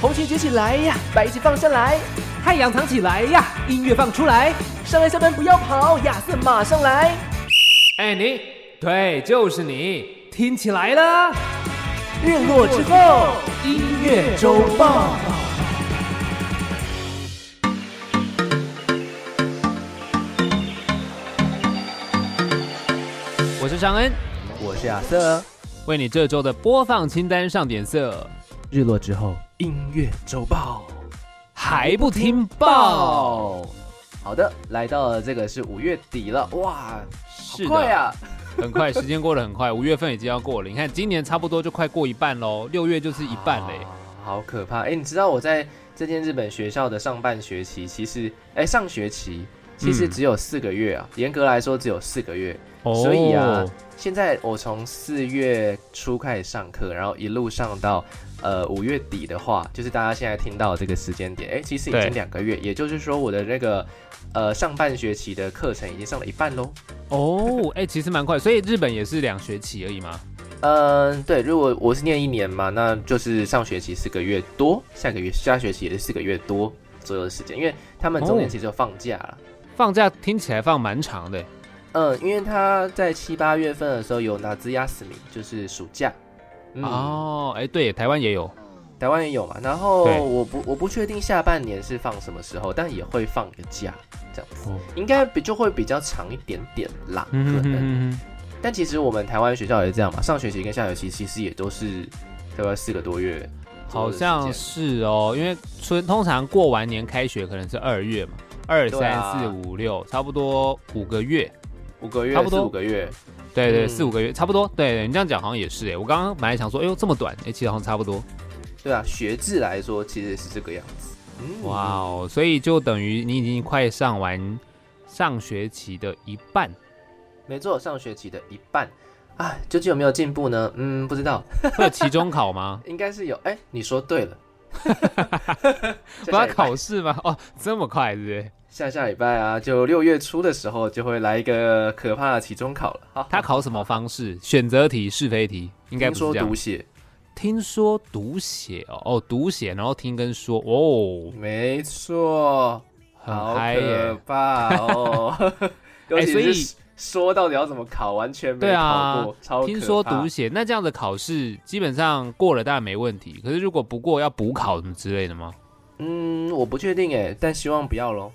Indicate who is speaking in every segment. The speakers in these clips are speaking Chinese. Speaker 1: 红旗举起来呀，白旗放下来，
Speaker 2: 太阳藏起来呀，音乐放出来。
Speaker 1: 上来下班不要跑，亚瑟马上来。
Speaker 2: 哎，你，对，就是你，听起来了。
Speaker 1: 日落之后，
Speaker 2: 音乐周报。我是尚恩，
Speaker 1: 我是亚瑟。
Speaker 2: 为你这周的播放清单上点色，
Speaker 1: 日落之后，音乐周报
Speaker 2: 还不听报？
Speaker 1: 报。好的，来到了这个是五月底了，哇，
Speaker 2: 是
Speaker 1: 好快
Speaker 2: 的，
Speaker 1: 啊！
Speaker 2: 很快，时间过得很快，五月份已经要过了。你看，今年差不多就快过一半喽，六月就是一半嘞。
Speaker 1: 啊好可怕！哎、你知道我在这间日本学校的上半学期，其实哎、上学期其实
Speaker 2: 嗯
Speaker 1: 只有四个月啊，严、格来说只有四个月。
Speaker 2: 哦
Speaker 1: 所以啊，现在我从四月初开始上课，然后一路上到呃五月底的话，就是大家现在听到的这个时间点，哎、其实已
Speaker 2: 对
Speaker 1: 经两个月，也就是说我的那个呃上半学期的课程已经上了一半喽。
Speaker 2: 哦，哎、其实蛮快，所以日本也是两学期而已嘛。
Speaker 1: 嗯，对，如果我是念一年嘛，那就是上学期四个月多，下个月下学期也是四个月多左右的时间，因为他们中间
Speaker 2: 哦
Speaker 1: 其实有放假了。
Speaker 2: 放假听起来放蛮长的。
Speaker 1: 嗯，因为他在七八月份的时候有拿兹亚斯米，就是暑假。嗯，
Speaker 2: 哦，哎、对，台湾也有。
Speaker 1: 台湾也有嘛。然后
Speaker 2: 对
Speaker 1: 我不我不确定下半年是放什么时候，但也会放个假，这样子
Speaker 2: 哦
Speaker 1: 应该比就会比较长一点点啦，可
Speaker 2: 嗯哼哼
Speaker 1: 能。
Speaker 2: 哼哼
Speaker 1: 但其实我们台湾学校也是这样嘛，上学期跟下学期其实也都是大概四个多月左右
Speaker 2: 好
Speaker 1: 的时间。
Speaker 2: 像是哦，因为春通常过完年开学可能是二月嘛，二
Speaker 1: 对
Speaker 2: 三
Speaker 1: 啊
Speaker 2: 四五六，差不多五个月。
Speaker 1: 五个月，
Speaker 2: 差不多
Speaker 1: 四五个月。
Speaker 2: 对对，
Speaker 1: 嗯
Speaker 2: 四五个月差不多。对对，你这样讲好像也是哎，我刚刚本来想说，哎呦这么短，哎，其实好像差不多。
Speaker 1: 对啊，学制来说其实是这个样子。嗯，
Speaker 2: 哇哦，所以就等于你已经快上完上学期的一 半。
Speaker 1: 没错，上学期的一半。啊，究竟有没有进步呢？嗯，不知道，？
Speaker 2: 会有期中考吗
Speaker 1: 应该是有。哎、你说对 了， 下下
Speaker 2: 不要
Speaker 1: 礼拜
Speaker 2: 考试吗？哦，这么快是不是？
Speaker 1: 下下礼拜啊，就六月初的时候就会来一个可怕的期中考了。哈哈
Speaker 2: 他考什么方式？选择题、是非题，应该
Speaker 1: 听
Speaker 2: 不是
Speaker 1: 说
Speaker 2: 这样
Speaker 1: 读。写，
Speaker 2: 听说读写哦，哦，读写，然后听跟说哦，
Speaker 1: 没错，
Speaker 2: 很
Speaker 1: 好
Speaker 2: 嗨
Speaker 1: 可
Speaker 2: 耶！
Speaker 1: 怕 哦。尤
Speaker 2: 哎所以
Speaker 1: 其是说到底要怎么考，完全没
Speaker 2: 对啊
Speaker 1: 考过，超可怕
Speaker 2: 听说读写，那这样的考试基本上过了当然没问题，可是如果不过要补考什么之类的吗？
Speaker 1: 嗯，我不确定哎，但希望不要喽。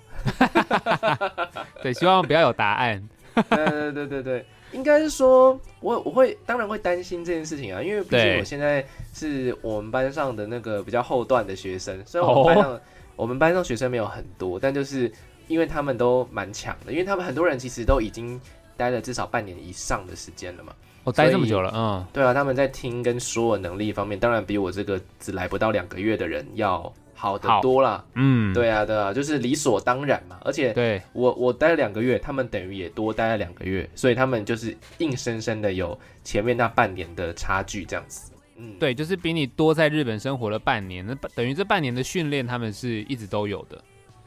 Speaker 2: 对，希望不要有答案。
Speaker 1: 对对对对对， 应该是说，我我会当然会担心这件事情啊，因为毕竟
Speaker 2: 对
Speaker 1: 我现在是我们班上的那个比较后段的学生，虽然我们班上、我们班上学生没有很多，但就是因为他们都蛮强的，因为他们很多人其实都已经待了至少半年以上的时间了嘛。
Speaker 2: 我、待
Speaker 1: 所以
Speaker 2: 这么久了，嗯，
Speaker 1: 对啊，他们在听跟说的能力方面，当然比我这个只来不到两个月的人要好得
Speaker 2: 好
Speaker 1: 多啦。
Speaker 2: 嗯，
Speaker 1: 对啊，对啊，就是理所当然嘛。而且
Speaker 2: 对
Speaker 1: 我我待了两个月，他们等于也多待了两个月，所以他们就是硬生生的有前面那半年的差距这样子。嗯，
Speaker 2: 对，就是比你多在日本生活了半年，那等于这半年的训练他们是一直都有的。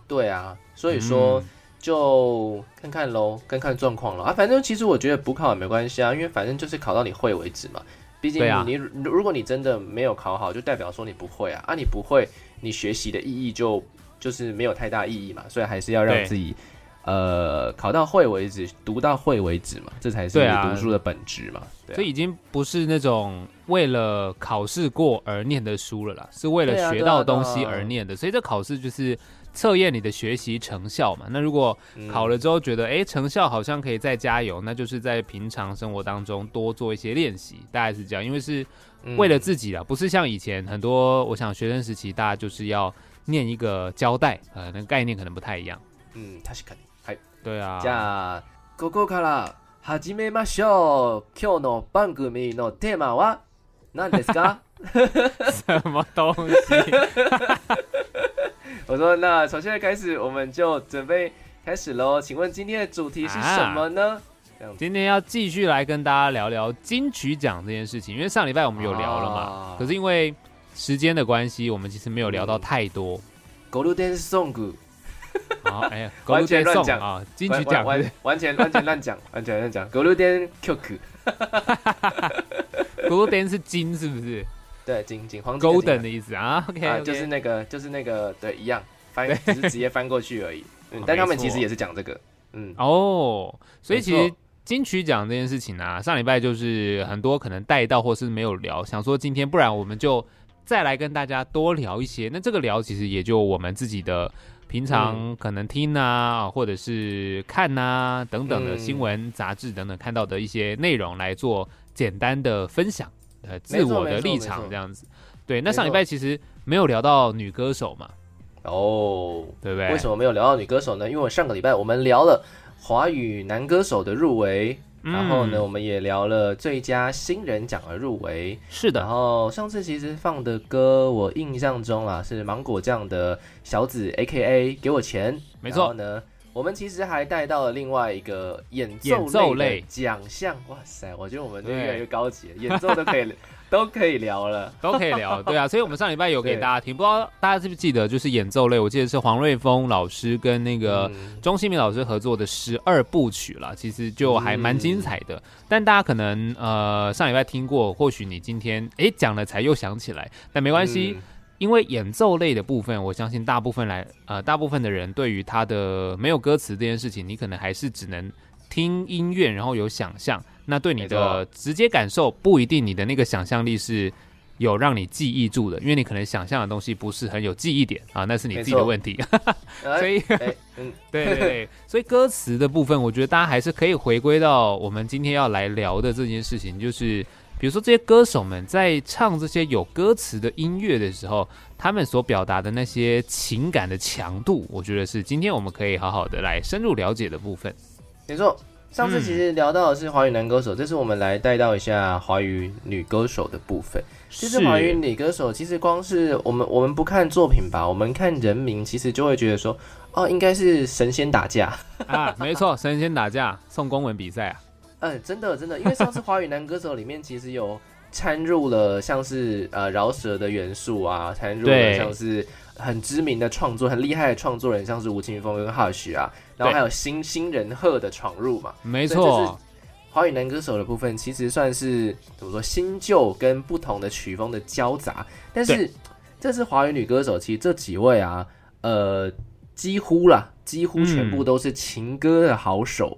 Speaker 1: 对啊，所以说
Speaker 2: 嗯
Speaker 1: 就看看喽，看看状况了啊。反正其实我觉得补考也没关系啊，因为反正就是考到你会为止嘛。毕竟
Speaker 2: 对啊
Speaker 1: 你如、如果你真的没有考好，就代表说你不会啊，啊你不会，你学习的意义就就是没有太大意义嘛，所以还是要让
Speaker 2: 对
Speaker 1: 自己呃考到会为止，读到会为止嘛，这才是
Speaker 2: 对啊
Speaker 1: 读书的本质嘛。对啊
Speaker 2: 这已经不是那种为了考试过而念的书了啦，是为
Speaker 1: 对啊
Speaker 2: 了
Speaker 1: 对
Speaker 2: 学
Speaker 1: 啊
Speaker 2: 到
Speaker 1: 对啊
Speaker 2: 东西而念的。所以这考试就是测验你的学习成效嘛。那如果考
Speaker 1: 了、
Speaker 2: 了之后觉得，哎、成效好像可以再加油，那就是在平常生活当中多做一些练习，大概是这样。因为是
Speaker 1: 嗯
Speaker 2: 为了自己啦，不是像以前很多，我想学生时期大家就是要念一个交代，呃，那个概念可能不太一样。
Speaker 1: 嗯，確かに。はい。
Speaker 2: 对啊，
Speaker 1: じゃあここから始めましょう。今日の番組のテーマは何ですか？
Speaker 2: 什么东西？
Speaker 1: 我说那从现在开始我们就准备开始喽。请问今天的主题是什么呢？这样子
Speaker 2: 今天要继续来跟大家聊聊金曲奖这件事情，因为上礼拜我们有聊了嘛，
Speaker 1: 啊嗯
Speaker 2: 可是因为时间的关系，我们其实没有聊到太多。
Speaker 1: ゴールデンソング，
Speaker 2: 好，哎呀，
Speaker 1: 完全
Speaker 2: Golden Song
Speaker 1: 乱讲
Speaker 2: 啊，金曲奖
Speaker 1: 完完完全完全乱讲，完全乱讲。ゴールデン曲，
Speaker 2: Golden 是金是不是？
Speaker 1: 对对，金金黄金的金
Speaker 2: ，Golden
Speaker 1: 啊
Speaker 2: 的意思啊，OK，,
Speaker 1: 啊
Speaker 2: o k
Speaker 1: 就是那个就是那个对，一样翻，只是直接翻过去而已。嗯
Speaker 2: 哦，
Speaker 1: 但他
Speaker 2: 没
Speaker 1: 们其实
Speaker 2: 错
Speaker 1: 也是讲这个，嗯，
Speaker 2: 哦，所以
Speaker 1: 没
Speaker 2: 其实
Speaker 1: 错
Speaker 2: 金曲奖这件事情啊，上礼拜就是很多可能带到或是没有聊，想说今天不然我们就再来跟大家多聊一些。那这个聊其实也就我们自己的平
Speaker 1: 嗯
Speaker 2: 常可能听啊，或者是看啊等等的
Speaker 1: 嗯
Speaker 2: 新闻、杂志等等看到的一些内容来做简单的分享，呃，自
Speaker 1: 没错
Speaker 2: 我的
Speaker 1: 没错
Speaker 2: 立
Speaker 1: 没
Speaker 2: 场
Speaker 1: 错
Speaker 2: 这样子。对，那
Speaker 1: 没
Speaker 2: 上礼
Speaker 1: 错
Speaker 2: 拜其实没有聊到女歌手嘛，
Speaker 1: 哦，
Speaker 2: 对不对？
Speaker 1: 为什么没有聊到女歌手呢？因为我上个礼拜我们聊了华语男歌手的入围，
Speaker 2: 嗯
Speaker 1: 然后呢，我们也聊了最佳新人奖的入围。
Speaker 2: 是
Speaker 1: 然
Speaker 2: 的，
Speaker 1: 后上次其实放的歌，我印象中啊是芒果酱的小紫 （A K A 给我钱）。
Speaker 2: 没
Speaker 1: 然后
Speaker 2: 错，
Speaker 1: 呢，我们其实还带到了另外一个演
Speaker 2: 演奏
Speaker 1: 奏类
Speaker 2: 类
Speaker 1: 的奖项。哇塞，我觉得我们就
Speaker 2: 对
Speaker 1: 越来越高级了，演奏都可以 都可以聊了。
Speaker 2: 都可以 聊，对啊，所以我们上礼拜有给
Speaker 1: 对
Speaker 2: 大家听，不知道大家记不记得，就是演奏类，我记得是黄瑞峰老师跟那个
Speaker 1: 嗯
Speaker 2: 钟兴民老师合作的十二部曲了，其实就还蛮精彩的。
Speaker 1: 嗯
Speaker 2: 但大家可能呃上礼拜听过，或许你今天诶讲了才又想起来，但没关系，
Speaker 1: 嗯
Speaker 2: 因为演奏类的部分，我相信大部分来呃大部分的人对于他的没有歌词这件事情，你可能还是只能听音乐，然后有想象。那对你的
Speaker 1: 没
Speaker 2: 直接感受不一定，你的那个想象力是有让你记忆住的，因为你可能想象的东西不是很有记忆点啊，那是你自己的问题。
Speaker 1: 哎
Speaker 2: 所以
Speaker 1: 哎嗯，
Speaker 2: 对对对，所以歌词的部分，我觉得大家还是可以回归到我们今天要来聊的这件事情，就是比如说这些歌手们在唱这些有歌词的音乐的时候，他们所表达的那些情感的强度，我觉得是今天我们可以好好的来深入了解的 部分。
Speaker 1: 没错。上次其实聊到的是华语男歌手，这次我们来带到一下华语女歌手的部分。其实华语女歌手，其实光是我们我们不看作品吧，我们看人名，其实就会觉得说，哦，应该是神仙打 架。
Speaker 2: 啊，没错，神仙打架送公文比赛啊，
Speaker 1: 嗯，真的真的，因为上次华语男歌手里面其实有掺入了像是呃饶舌的元素啊，掺入了
Speaker 2: 对
Speaker 1: 像是很知名的创作、很厉害的创作人，像是吴青峰跟 Hush 啊，然后还有新新人赫的闯入嘛。
Speaker 2: 没
Speaker 1: 所以这是
Speaker 2: 错，
Speaker 1: 华语男歌手的部分其实算是怎么说新旧跟不同的曲风的交杂，但是这次华语女歌手其实这几位啊，呃，几乎啦，几乎全部
Speaker 2: 嗯
Speaker 1: 都是情歌的好手。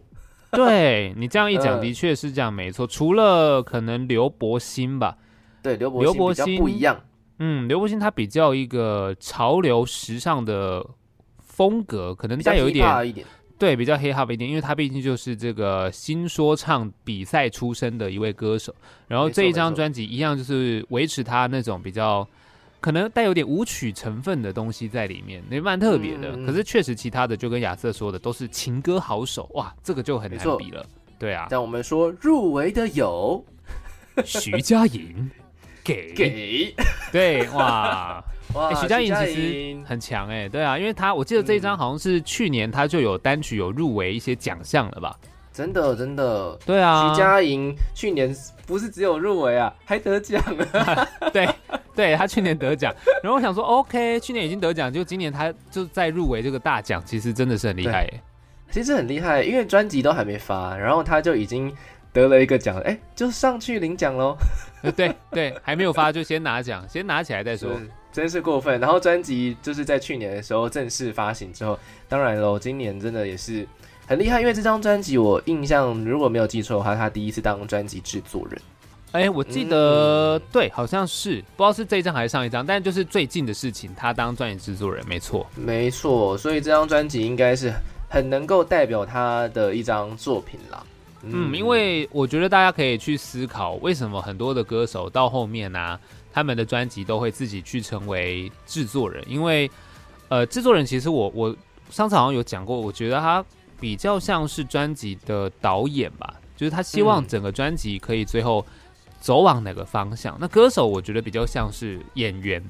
Speaker 2: 对你这样一讲，
Speaker 1: 嗯
Speaker 2: 的确是这样，没错。除了可能刘伯欣吧，
Speaker 1: 对，刘
Speaker 2: 刘
Speaker 1: 伯
Speaker 2: 伯
Speaker 1: 欣比
Speaker 2: 欣
Speaker 1: 较不一样。
Speaker 2: 嗯，刘伯欣他比较一个潮流时尚的风格，可能
Speaker 1: 比较
Speaker 2: 带有一
Speaker 1: hip hop
Speaker 2: 点
Speaker 1: 一点，
Speaker 2: 对比较 hip hop 一点，因为他毕竟就是这个新说唱比赛出身的一位歌手。然后
Speaker 1: 没错
Speaker 2: 这一张
Speaker 1: 没错
Speaker 2: 专辑一样就是维持他那种比较可能带有点舞曲成分的东西在里面，也蛮特别的。
Speaker 1: 嗯嗯嗯
Speaker 2: 可是确实其他的就跟亚瑟说的都是情歌好手，哇，这个就很
Speaker 1: 没
Speaker 2: 难
Speaker 1: 错
Speaker 2: 比了。对啊，
Speaker 1: 但我们说入围的有
Speaker 2: 徐佳莹给
Speaker 1: 给
Speaker 2: 对哇。
Speaker 1: 哇
Speaker 2: 欸，徐佳莹其
Speaker 1: 莹
Speaker 2: 实很强哎、对啊，因为她我记得这一张好像是去年她就有单曲有入围一些奖项了吧？
Speaker 1: 真的真的，
Speaker 2: 对啊，
Speaker 1: 徐佳莹去年不是只有入围啊，还得奖了，
Speaker 2: 对 对，她去年得奖，然后我想说 OK，去年已经得奖，就今年她就在入围这个大奖，其实真的是很厉害、欸，
Speaker 1: 其实很厉害，因为专辑都还没发，然后他就已经得了一个奖，哎，就上去领奖喽，
Speaker 2: 呃对对，还没有发就先拿奖， 先拿起来再说
Speaker 1: 就。是真是过分。然后专辑就是在去年的时候正式发行之后，当然喽，今年真的也是很厉害，因为这张专辑我印象如果没有记错的话，他第一次当专辑制作人。
Speaker 2: 哎、我记得、
Speaker 1: 嗯
Speaker 2: 对，好像是不知道是这一张还是上一张，但就是最近的事情，她当专辑制作人没错。
Speaker 1: 没错，所以这张专辑应该是很能够代表他的一张作品啦。
Speaker 2: 嗯，因为我觉得大家可以去思考，为什么很多的歌手到后面呢、啊他们的专辑都会自己去成为制作人，因为呃，制作人其实我我上次好像有讲过，我觉得他比较像是专辑的导演吧，就是他希望
Speaker 1: 嗯
Speaker 2: 整个专辑可以最后走往哪个方向。那歌手我觉得比较像是演员。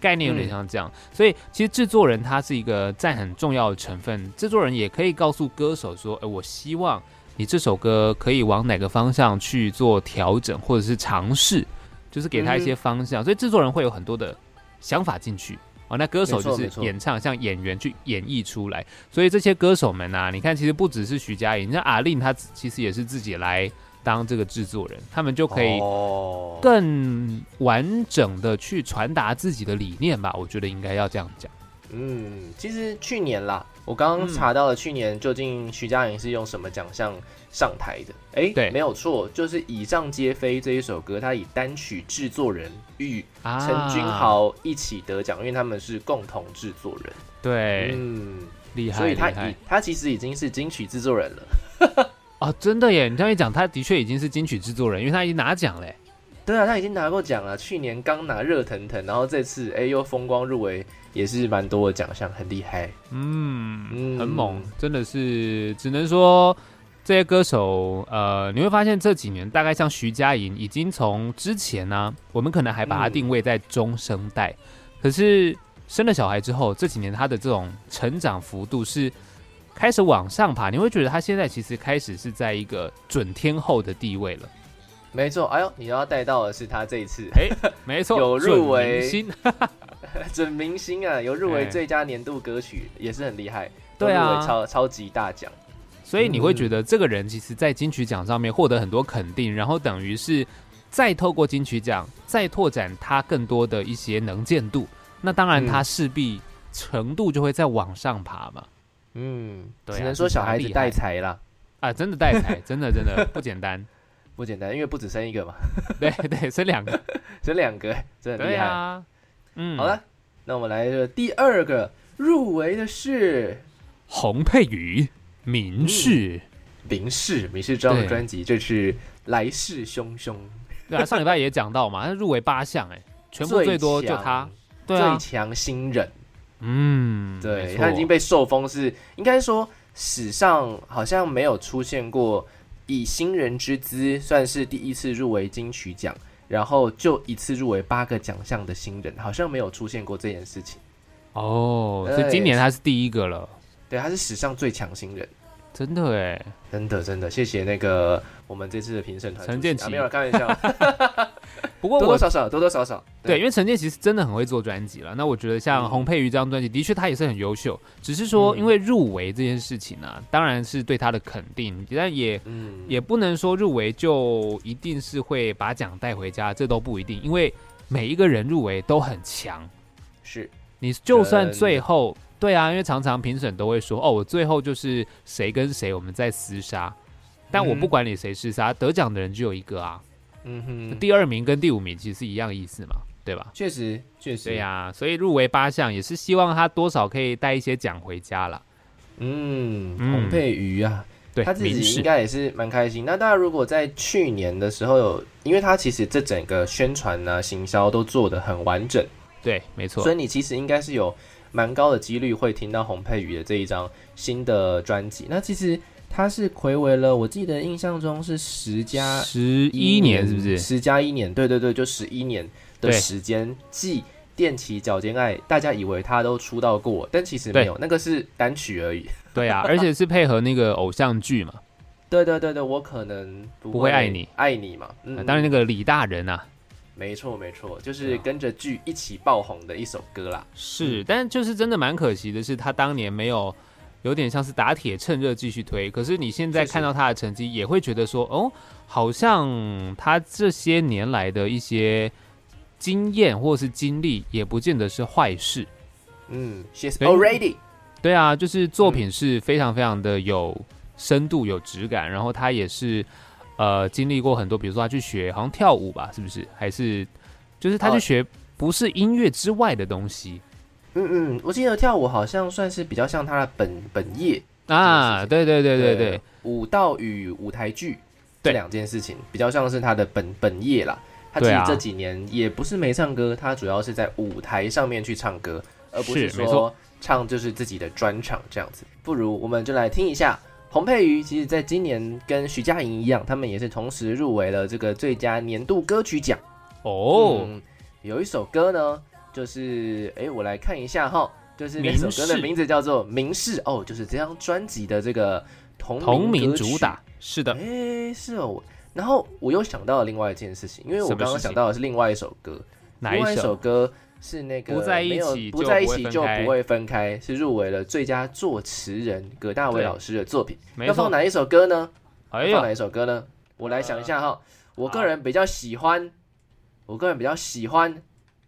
Speaker 2: 概念有
Speaker 1: 嗯
Speaker 2: 点像这样，所以其实制作人他是一个占很重要的成分。制作人也可以告诉歌手说：“哎、我希望你这首歌可以往哪个方向去做调整，或者是尝试，就是给他一些方向。所以制作人会有很多的想法进去啊、哦那歌手
Speaker 1: 没
Speaker 2: 就
Speaker 1: 错
Speaker 2: 是
Speaker 1: 没错
Speaker 2: 演唱，像演员去演绎出来。所以这些歌手们啊，你看，其实不只是徐佳莹，那阿令她其实也是自己来当这个制作人，他们就可以
Speaker 1: 哦，
Speaker 2: 更完整的去传达自己的理念吧。我觉得应该要这样讲。
Speaker 1: 嗯，其实去年啦，我刚刚查到了去年究竟徐佳莹是用什么奖项上台的？哎、
Speaker 2: 对
Speaker 1: 没有错，就是《以上皆非》这一首歌，它以单曲制作人与
Speaker 2: 啊，
Speaker 1: 陈君，豪一起得奖，因为他们是共同制作人。
Speaker 2: 对，
Speaker 1: 嗯，
Speaker 2: 厉害
Speaker 1: 所以
Speaker 2: 厉
Speaker 1: 他
Speaker 2: 害
Speaker 1: 已他其实已经是金曲制作人了。
Speaker 2: 哦，真的耶！你这样一讲，他的确已经是金曲制作人，因为他已经拿奖嘞。
Speaker 1: 对啊，他已经拿过奖了，去年刚拿热腾腾，然后这次哎、又风光入围，也是蛮多的奖项，很厉害。
Speaker 2: 嗯，
Speaker 1: 嗯
Speaker 2: 很猛，真的是，只能说这些歌手，呃，你会发现这几年大概像徐佳莹，已经从之前呢、我们可能还把她
Speaker 1: 嗯
Speaker 2: 定位在中生代，可是生了小孩之后，这几年她的这种成长幅度是开始往上爬，你会觉得她现在其实开始是在一个准天后的地位了。
Speaker 1: 没错，哎呦，你要带到的是他这一次
Speaker 2: 没错，
Speaker 1: 有入
Speaker 2: 准明
Speaker 1: 围
Speaker 2: 星，
Speaker 1: 准明星啊，有入
Speaker 2: 哎
Speaker 1: 围最佳年度歌曲，也是很厉害。
Speaker 2: 对啊
Speaker 1: 都入围超超级大奖。
Speaker 2: 所以你会觉
Speaker 1: 嗯
Speaker 2: 得这个人其实，在金曲奖上面获得很多肯定，然后等于是再透过金曲奖再拓展他更多的一些能见度，那当然
Speaker 1: 嗯
Speaker 2: 他势必程度就会再往上爬嘛。
Speaker 1: 嗯，
Speaker 2: 对啊
Speaker 1: 只能说小孩子带财啦，
Speaker 2: 啊，真的带 财，真的真的不简单。
Speaker 1: 不简单，因为不只生一个嘛，
Speaker 2: 对对，这两个，
Speaker 1: 生两个，真的很
Speaker 2: 对
Speaker 1: 厉害。
Speaker 2: 啊，嗯，
Speaker 1: 好，了，那我们来这第二个入围的是
Speaker 2: 洪佩瑜，民
Speaker 1: 嗯
Speaker 2: 事，
Speaker 1: 林氏，林氏这张
Speaker 2: 对
Speaker 1: 专辑，这是来势汹汹，
Speaker 2: 对啊，上礼拜也讲到嘛，他入围八项，哎，全部最多就
Speaker 1: 强
Speaker 2: 他，对啊
Speaker 1: 最，强新人，
Speaker 2: 嗯，没
Speaker 1: 对
Speaker 2: 错
Speaker 1: 他已经被受封是，应该说史上好像没有出现过以新人之姿，算是第一次入围金曲奖，然后就一次入围八个奖项的新人，好像没有出现过这件事情。
Speaker 2: 哦，所
Speaker 1: 哎
Speaker 2: 以今年他是第一个了。
Speaker 1: 对，他是史上最强新人，
Speaker 2: 真的哎，
Speaker 1: 真的真的，谢谢那个我们这次的评审团主席
Speaker 2: 陈建奇
Speaker 1: 啊，没有啦开玩笑，
Speaker 2: 不过
Speaker 1: 多
Speaker 2: 我
Speaker 1: 多少少多多少少
Speaker 2: 对，因为陈建其实真的很会做专辑了。那我觉得像
Speaker 1: 嗯
Speaker 2: 洪佩瑜这张专辑，的确他也是很优秀，只是说
Speaker 1: 嗯
Speaker 2: 因为入围这件事情呢、啊，当然是对他的肯定，但也
Speaker 1: 嗯
Speaker 2: 也不能说入围就一定是会把奖带回家，这都不一定，因为每一个人入围都很强。
Speaker 1: 是
Speaker 2: 你就算
Speaker 1: 跟
Speaker 2: 最后对啊，因为常常评审都会说，哦，我最后就是谁跟谁我们在厮杀，但我
Speaker 1: 嗯
Speaker 2: 不管你谁厮杀，得奖的人只有一个啊。
Speaker 1: 嗯哼，
Speaker 2: 第二名跟第五名其实是一样意思嘛，对吧？
Speaker 1: 确实确实
Speaker 2: 对呀、所以入围八项也是希望他多少可以带一些奖回家啦。
Speaker 1: 嗯，
Speaker 2: 嗯
Speaker 1: 洪佩瑜啊，
Speaker 2: 对，
Speaker 1: 他自
Speaker 2: 民
Speaker 1: 己
Speaker 2: 事
Speaker 1: 应该也是蛮开心。那大家如果在去年的时候有，因为他其实这整个宣传呢、行销都做得很完整，
Speaker 2: 对，没错
Speaker 1: 所以，你其实应该是有蛮高的几率会听到洪佩瑜的这一张新的专辑。那其实他是暌违了，我记得印象中是十加
Speaker 2: 十一年是不是？
Speaker 1: 十加一年，对对对，就十一年的
Speaker 2: 对
Speaker 1: 时间，继《踮起脚尖爱》，大家以为他都出道过，但其实没有，那个是单曲而已。
Speaker 2: 对啊， 而且是配合那个偶像剧嘛，
Speaker 1: 对对对对，我可能不
Speaker 2: 不会爱你，
Speaker 1: 爱你嘛。嗯，
Speaker 2: 啊当然那
Speaker 1: 嗯，
Speaker 2: 个李大人啊
Speaker 1: 没错没错，就
Speaker 2: 对
Speaker 1: 是
Speaker 2: 啊
Speaker 1: 跟着剧一起爆红的一首歌啦。
Speaker 2: 是，但就是真的蛮可惜的是，他当年没有。有点像是打铁趁热继续推，可是你现在
Speaker 1: 确实
Speaker 2: 看到他的成绩，也会觉得说，哦，好像他这些年来的一些经验或是经历，也不见得是坏事。
Speaker 1: 嗯，She's
Speaker 2: 对
Speaker 1: already，
Speaker 2: 对啊，就是作品
Speaker 1: 嗯
Speaker 2: 是非常非常的有深度、有质感，然后他也是呃经历过很多，比如说他去学好像跳舞吧，是不是？还是就是他去
Speaker 1: 哦
Speaker 2: 学不是音乐之外的东西
Speaker 1: 嗯嗯，我记得跳舞好像算是比较像他的本本业。
Speaker 2: 啊？对对对对对，，
Speaker 1: 舞蹈与舞台剧这
Speaker 2: 对
Speaker 1: 两件事情比较像是他的本本业啦。他其
Speaker 2: 对
Speaker 1: 实
Speaker 2: 啊
Speaker 1: 这几年也不是没唱歌，他主要是在舞台上面去唱歌，而不是
Speaker 2: 是没错
Speaker 1: 说唱就是自己的专场这样子。不如我们就来听一下洪佩瑜，其实在今年跟徐佳莹一样，他们也是同时入围了这个最佳年度歌曲奖。
Speaker 2: 哦，
Speaker 1: 嗯有一首歌呢，就是哎，我来看一下哈，就是那首歌的
Speaker 2: 明示
Speaker 1: 名字叫做《明示》哦，就是这张专辑的这个同
Speaker 2: 同名
Speaker 1: 歌曲
Speaker 2: 主打是的，
Speaker 1: 哎，是哦。我然后我又想到了另外一件事情，因为我
Speaker 2: 什么
Speaker 1: 刚刚
Speaker 2: 事情
Speaker 1: 想到的是另外一首歌，
Speaker 2: 哪
Speaker 1: 另外
Speaker 2: 一
Speaker 1: 一
Speaker 2: 首？
Speaker 1: 首歌是那个
Speaker 2: 不在一
Speaker 1: 没有
Speaker 2: 起
Speaker 1: 不
Speaker 2: 就
Speaker 1: 在一
Speaker 2: 不会
Speaker 1: 起
Speaker 2: 分
Speaker 1: 就
Speaker 2: 开
Speaker 1: 不会分开，是入围了最佳作词人葛大为
Speaker 2: 对
Speaker 1: 老师的作品。
Speaker 2: 没
Speaker 1: 要放
Speaker 2: 错，
Speaker 1: 哪一首歌呢？要
Speaker 2: 哎
Speaker 1: 放
Speaker 2: 呦
Speaker 1: 哪一首歌呢？我来想一下哈，我个人比较喜欢，我个人比较喜欢。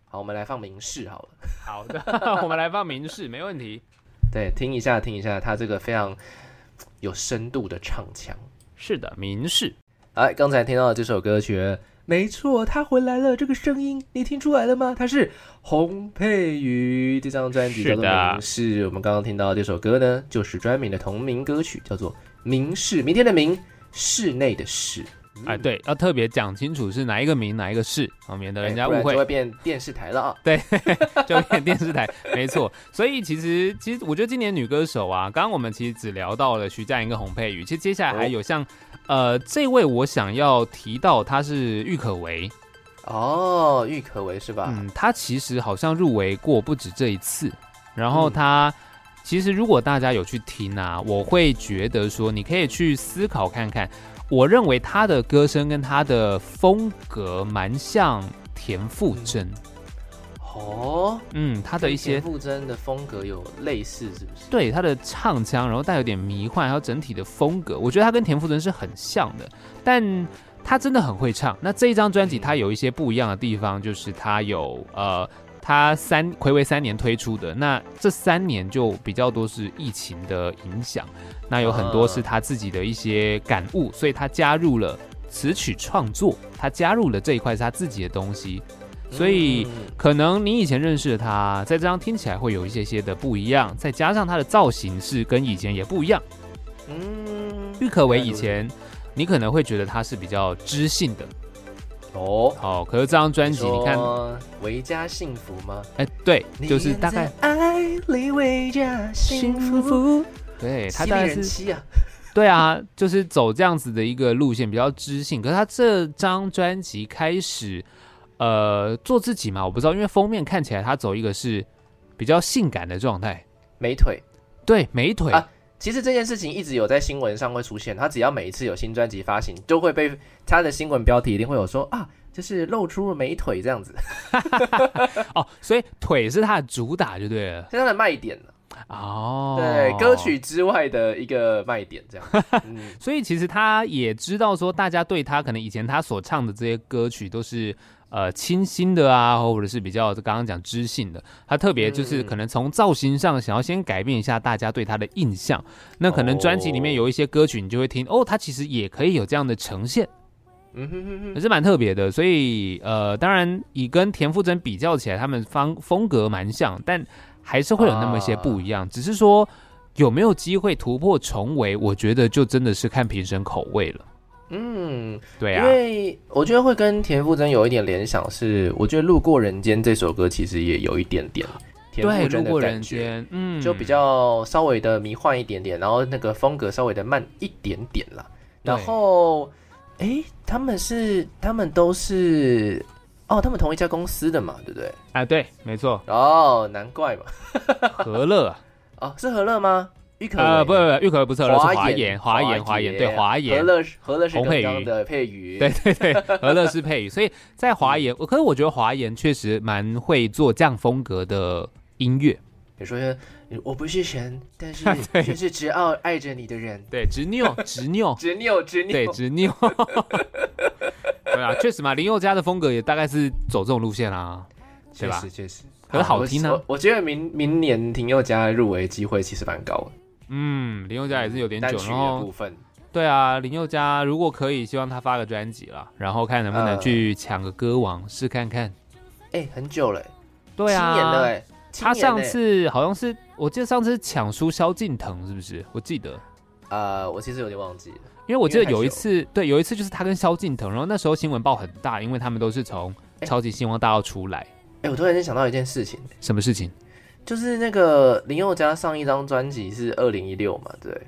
Speaker 1: 好，我们来放明示好了。
Speaker 2: 好的， 我们来放明示，没问题。
Speaker 1: 对，听一下，听一下，他这个非常有深度的唱腔。
Speaker 2: 是的，明示。
Speaker 1: 哎，刚才听到的这首歌曲，没错，他回来了。这个声音你听出来了吗？他是洪佩瑜这张专辑叫做
Speaker 2: 是
Speaker 1: 《
Speaker 2: 的
Speaker 1: 明示》，我们刚刚听到的这首歌呢，就是专名的同名歌曲，叫做《明示》，明天的明，室内的室。
Speaker 2: 哎，对，要特别讲清楚是哪一个名，哪一个市，啊，免得
Speaker 1: 哎
Speaker 2: 人家
Speaker 1: 不
Speaker 2: 误
Speaker 1: 然
Speaker 2: 会
Speaker 1: 就会。变电视台了啊。
Speaker 2: 就变电视台，没错。所以其实其实我觉得今年女歌手啊，刚刚我们其实只聊到了徐佳莹跟洪佩瑜，其实接下来还有像、呃这位我想要提到，她是郁可唯，
Speaker 1: 哦，郁可唯是吧？
Speaker 2: 嗯，她其实好像入围过不止这一次，然后她。其实，如果大家有去听啊，我会觉得说，你可以去思考看看。我认为她的歌声跟她的风格蛮像田馥甄，
Speaker 1: 哦，
Speaker 2: 嗯，她的一些
Speaker 1: 跟田馥甄的风格有类似，是不是？
Speaker 2: 对他的唱腔，然后带有点迷幻，还有整体的风格，我觉得他跟田馥甄是很像的，但他真的很会唱。那这一张专辑，他有一些不一样的地方，就是他有呃，他三暌违三年推出的，那这三年就比较多是疫情的影响，那有很多是他自己的一些感悟，所以他加入了词曲创作，他加入了这一块是他自己的东西，所以。
Speaker 1: 嗯
Speaker 2: 可能你以前认识的他，在这张听起来会有一些些的不一样，再加上他的造型是跟以前也不一样。
Speaker 1: 嗯，
Speaker 2: 郁可唯以前，你可能会觉得他是比较知性的，
Speaker 1: 哦，
Speaker 2: 哦，可是这张专辑你看，
Speaker 1: 说维嘉幸福吗？
Speaker 2: 哎，对，就是大概
Speaker 1: 你在爱里维嘉幸福，，
Speaker 2: 对他
Speaker 1: 犀
Speaker 2: 大
Speaker 1: 利
Speaker 2: 概
Speaker 1: 人
Speaker 2: 是
Speaker 1: 妻啊，
Speaker 2: 对啊，就是走这样子的一个路线，比较知性。可是他这张专辑开始，呃，做自己嘛，我不知道，因为封面看起来他走一个是比较性感的状态，
Speaker 1: 美腿。
Speaker 2: 对，美腿，
Speaker 1: 啊其实这件事情一直有在新闻上会出现，他只要每一次有新专辑发行，就会被他的新闻标题一定会有说啊，就是露出了美腿这样子，
Speaker 2: 哦，所以腿是他的主打就对了。
Speaker 1: 是他的卖点了
Speaker 2: 哦，
Speaker 1: 对，歌。曲之外的一个卖点 这样。嗯，
Speaker 2: 所以其实他也知道说，大家对他可能以前他所唱的这些歌曲都是呃清新的啊，或者是比较刚刚讲知性的。他特别就是
Speaker 1: 嗯
Speaker 2: 可能从造型上想要先改变一下大家对他的印象。那可能专辑里面
Speaker 1: 哦
Speaker 2: 有一些歌曲，你就会听哦，他其实也可以有这样的呈现。
Speaker 1: 嗯哼哼哼
Speaker 2: 也是蛮特别的。所以呃，当然以跟田馥甄比较起来，他们方风格蛮像，但还是会有那么一些不一样。只是说有没有机会突破重围，我觉得就真的是看评审口味了。
Speaker 1: 嗯，
Speaker 2: 对
Speaker 1: 因
Speaker 2: 啊，
Speaker 1: 为我觉得会跟田馥甄有一点联想是，我觉得《路过人间》这首歌其实也有一点点田
Speaker 2: 对，
Speaker 1: 馥
Speaker 2: 路
Speaker 1: 甄
Speaker 2: 过
Speaker 1: 的
Speaker 2: 人
Speaker 1: 感觉，
Speaker 2: 间，嗯，
Speaker 1: 就比较稍微的迷幻一点点，然后那个风格稍微的慢一点点啦。
Speaker 2: 对
Speaker 1: 然后，诶，他们是他们都是哦，他们同一家公司的嘛，对不对？
Speaker 2: 啊，对，没错，
Speaker 1: 哦，难怪嘛。
Speaker 2: 何乐啊，
Speaker 1: 哦，是何乐吗？郁可
Speaker 2: 呃，
Speaker 1: 唯
Speaker 2: 不不不，郁 可不是何乐，是华
Speaker 1: 研，
Speaker 2: 研，华研，华研，对，华
Speaker 1: 何
Speaker 2: 研。
Speaker 1: 乐是何乐是
Speaker 2: 洪
Speaker 1: 刚
Speaker 2: 佩
Speaker 1: 刚
Speaker 2: 瑜
Speaker 1: 的配语，
Speaker 2: 对对对，何乐是配语，所以在华研，我可是我觉得华研确实蛮会做这样风格的音乐，
Speaker 1: 你说我不是神，但是
Speaker 2: 对
Speaker 1: 却是执傲爱着你的人，
Speaker 2: 对，执拗，执拗，
Speaker 1: 执拗执
Speaker 2: 对，
Speaker 1: 拗。
Speaker 2: 执拗。对啊，确实嘛，林宥嘉的风格也大概是走这种路线啦、啊对
Speaker 1: 确
Speaker 2: 吧
Speaker 1: 实？确实，
Speaker 2: 可是好听啊
Speaker 1: 我我我觉得明明年田宥嘉入围机会其实蛮高的，
Speaker 2: 嗯，林宥嘉也是有点
Speaker 1: 单
Speaker 2: 久，
Speaker 1: 曲
Speaker 2: 然
Speaker 1: 的
Speaker 2: 后
Speaker 1: 部分。
Speaker 2: 对啊，林宥嘉如果可以，希望他发个专辑啦，然后看能不能
Speaker 1: 呃
Speaker 2: 去抢个歌王试看看。
Speaker 1: 哎、很久了、欸，
Speaker 2: 对
Speaker 1: 七年了、
Speaker 2: 啊，
Speaker 1: 欸，七
Speaker 2: 他
Speaker 1: 年了
Speaker 2: 上
Speaker 1: 欸
Speaker 2: 次好像是，我记得上次是抢出萧敬腾，是不是？我记得。
Speaker 1: 呃，我其实有点忘记了，
Speaker 2: 因为我记
Speaker 1: 因为
Speaker 2: 得
Speaker 1: 太
Speaker 2: 有一
Speaker 1: 久
Speaker 2: 次，对，有一次就是他跟萧敬腾，然后那时候新闻报很大，因为他们都是从
Speaker 1: 哎
Speaker 2: 超级星光大道出来。
Speaker 1: 哎、我突然间想到一件事情，
Speaker 2: 什么事情？
Speaker 1: 就是那个林宥嘉上一张专辑是二零一六嘛，对不对，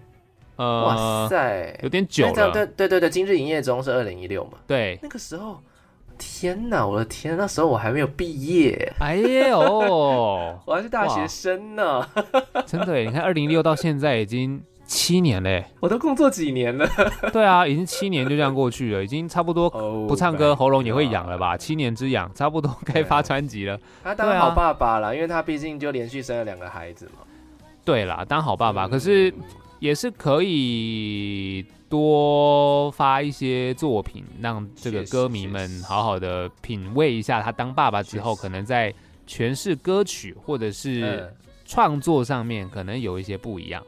Speaker 1: 哇
Speaker 2: 呃，
Speaker 1: 塞，
Speaker 2: 有点久
Speaker 1: 那张
Speaker 2: 了。
Speaker 1: 对对对对，今日营业中是二零一六嘛，
Speaker 2: 对，
Speaker 1: 那个时候，天哪，我的天，那时候我还没有毕业，
Speaker 2: 哎呦，
Speaker 1: 我还是大学
Speaker 2: 哇
Speaker 1: 生呢，
Speaker 2: 真的耶，你看二零六到现在已经七年嘞，
Speaker 1: 我都工作几年 了，
Speaker 2: 对啊，已经七年就这样过去了，已经差不多
Speaker 1: 哦
Speaker 2: 不唱歌喉咙也会痒了吧？七年之痒，差不多该发专辑了。
Speaker 1: 他当
Speaker 2: 对
Speaker 1: 然
Speaker 2: 啊
Speaker 1: 好爸爸啦，因为他毕竟就连续生了两个孩子嘛。
Speaker 2: 对啦，当好爸爸，可是也是可以多发一些作品，让这个
Speaker 1: 确实
Speaker 2: 歌迷
Speaker 1: 确
Speaker 2: 们
Speaker 1: 实
Speaker 2: 好好的品味一下他当爸爸之后，
Speaker 1: 确实
Speaker 2: 可能在诠释歌曲或者是
Speaker 1: 嗯，
Speaker 2: 创作上面，可能有一些不一样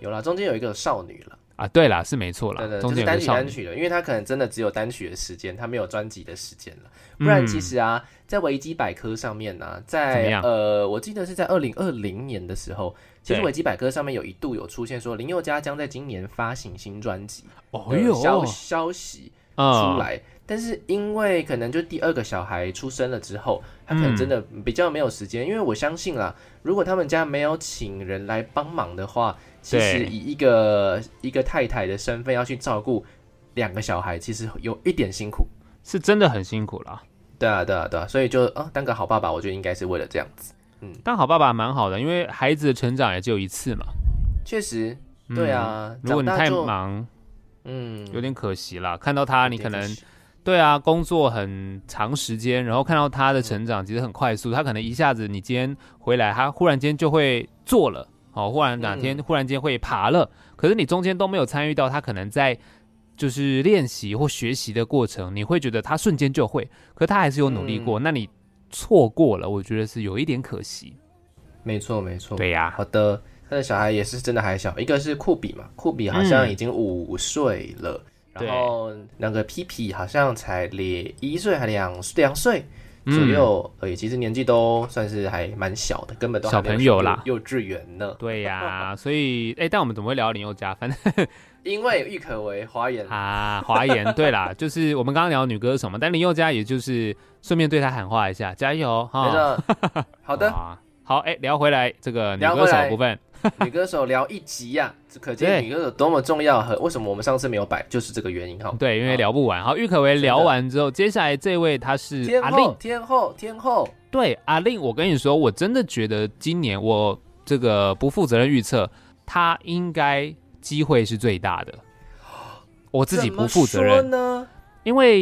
Speaker 1: 有啦，中间有一个有少女了，
Speaker 2: 啊。对啦，是没错
Speaker 1: 对
Speaker 2: 啦，
Speaker 1: 对，
Speaker 2: 中
Speaker 1: 就是
Speaker 2: 间有个
Speaker 1: 单曲
Speaker 2: 少
Speaker 1: 单
Speaker 2: 女，
Speaker 1: 曲的，因为他可能真的只有单曲的时间，他没有专辑的时间了。不然
Speaker 2: 嗯
Speaker 1: 其实啊，在维基百科上面呢、
Speaker 2: 怎么
Speaker 1: 在
Speaker 2: 样
Speaker 1: 呃，我记得是在二零二零年的时候，其实
Speaker 2: 对
Speaker 1: 维基百科上面有一度有出现说林宥嘉将在今年发行新专辑
Speaker 2: 哦
Speaker 1: 的
Speaker 2: 哟，
Speaker 1: 消、消息
Speaker 2: 嗯
Speaker 1: 出来。但是因为可能就第二个小孩出生了之后，他可能
Speaker 2: 嗯
Speaker 1: 真的比较没有时间，因为我相信啦，如果他们家没有请人来帮忙的话，其实
Speaker 2: 对
Speaker 1: 以一个一个太太的身份要去照顾两个小孩，其实有一点辛苦。
Speaker 2: 是真的很辛苦啦。
Speaker 1: 对啊，对啊，对啊，所以就啊，当个好爸爸，我觉得应该是为了这样子。
Speaker 2: 当好爸爸蛮好的，因为孩子的成长也只有一次嘛。
Speaker 1: 确实，
Speaker 2: 嗯
Speaker 1: 对，啊，
Speaker 2: 如果你
Speaker 1: 长大
Speaker 2: 太
Speaker 1: 就，
Speaker 2: 忙，
Speaker 1: 嗯，
Speaker 2: 有点可惜啦。看到他，你可
Speaker 1: 有点
Speaker 2: 能
Speaker 1: 惜
Speaker 2: 对啊，工作很长时间，然后看到他的成长其实很快速，他可能一下子你今天回来，他忽然间就会做了，哦，忽然哪天、
Speaker 1: 嗯
Speaker 2: 忽然间会爬了，可是你中间都没有参与到他可能在就是练习或学习的过程，你会觉得他瞬间就会，可他还是有努力过，那你错过了，我觉得是有一点可惜。
Speaker 1: 没错，没错，
Speaker 2: 对呀、
Speaker 1: 好的，他的小孩也是真的还小，一个是酷比嘛，酷比好像已经五岁了，
Speaker 2: 对
Speaker 1: 然后那个皮皮好像才连一岁还两两岁左
Speaker 2: 嗯
Speaker 1: 右而已，其实年纪都算是还蛮小的，根本都还没有
Speaker 2: 小朋友啦
Speaker 1: 幼幼稚园呢。
Speaker 2: 对呀、所以哎，但我们怎么会聊林宥嘉？反正。
Speaker 1: 因为郁可唯、花园，
Speaker 2: 啊，华研， 对啦，就是我们刚刚聊女歌手嘛，但林宥嘉也就是顺便对她喊话一下，加油
Speaker 1: 没
Speaker 2: 哈。
Speaker 1: 错，好 的，
Speaker 2: 哇好，哎、聊回来这个女
Speaker 1: 聊
Speaker 2: 歌
Speaker 1: 回
Speaker 2: 手
Speaker 1: 来
Speaker 2: 部分，
Speaker 1: 女歌手聊一集呀、这可
Speaker 2: 对
Speaker 1: 见女歌手多么重要和为什么我们上次没有摆，就是这个原因哈。
Speaker 2: 对，因为
Speaker 1: 好
Speaker 2: 聊不完。好，郁可唯
Speaker 1: 的
Speaker 2: 聊完之后，接下来这位她是
Speaker 1: 天
Speaker 2: 阿
Speaker 1: 后
Speaker 2: 令，，
Speaker 1: 天后，天后，
Speaker 2: 对阿令，我跟你说，我真的觉得今年我这个不负责任预测，她应该机会是最大的。我自己不负责任
Speaker 1: 怎么说，呢？
Speaker 2: 因为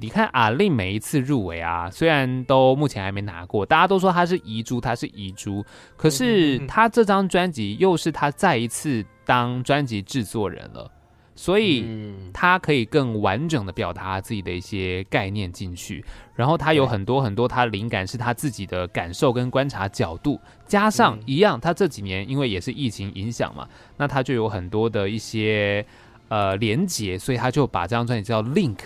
Speaker 2: 你看阿令每一次入围啊，虽然都目前还没拿过，大家都说她是遗珠，她是遗珠，可
Speaker 1: 嗯
Speaker 2: 是
Speaker 1: 嗯嗯
Speaker 2: 她这张专辑又是她再一次当专辑制作人了，所以
Speaker 1: 嗯，
Speaker 2: 她可以更完整的表达她自己的一些概念进去，然后她有
Speaker 1: 对
Speaker 2: 很多很多她的灵感是她自己的感受跟观察角度，加上
Speaker 1: 嗯
Speaker 2: 一样，她这几年因为也是疫情影响嘛，那她就有很多的一些。呃，连结，所以她就把这张专辑叫 Link，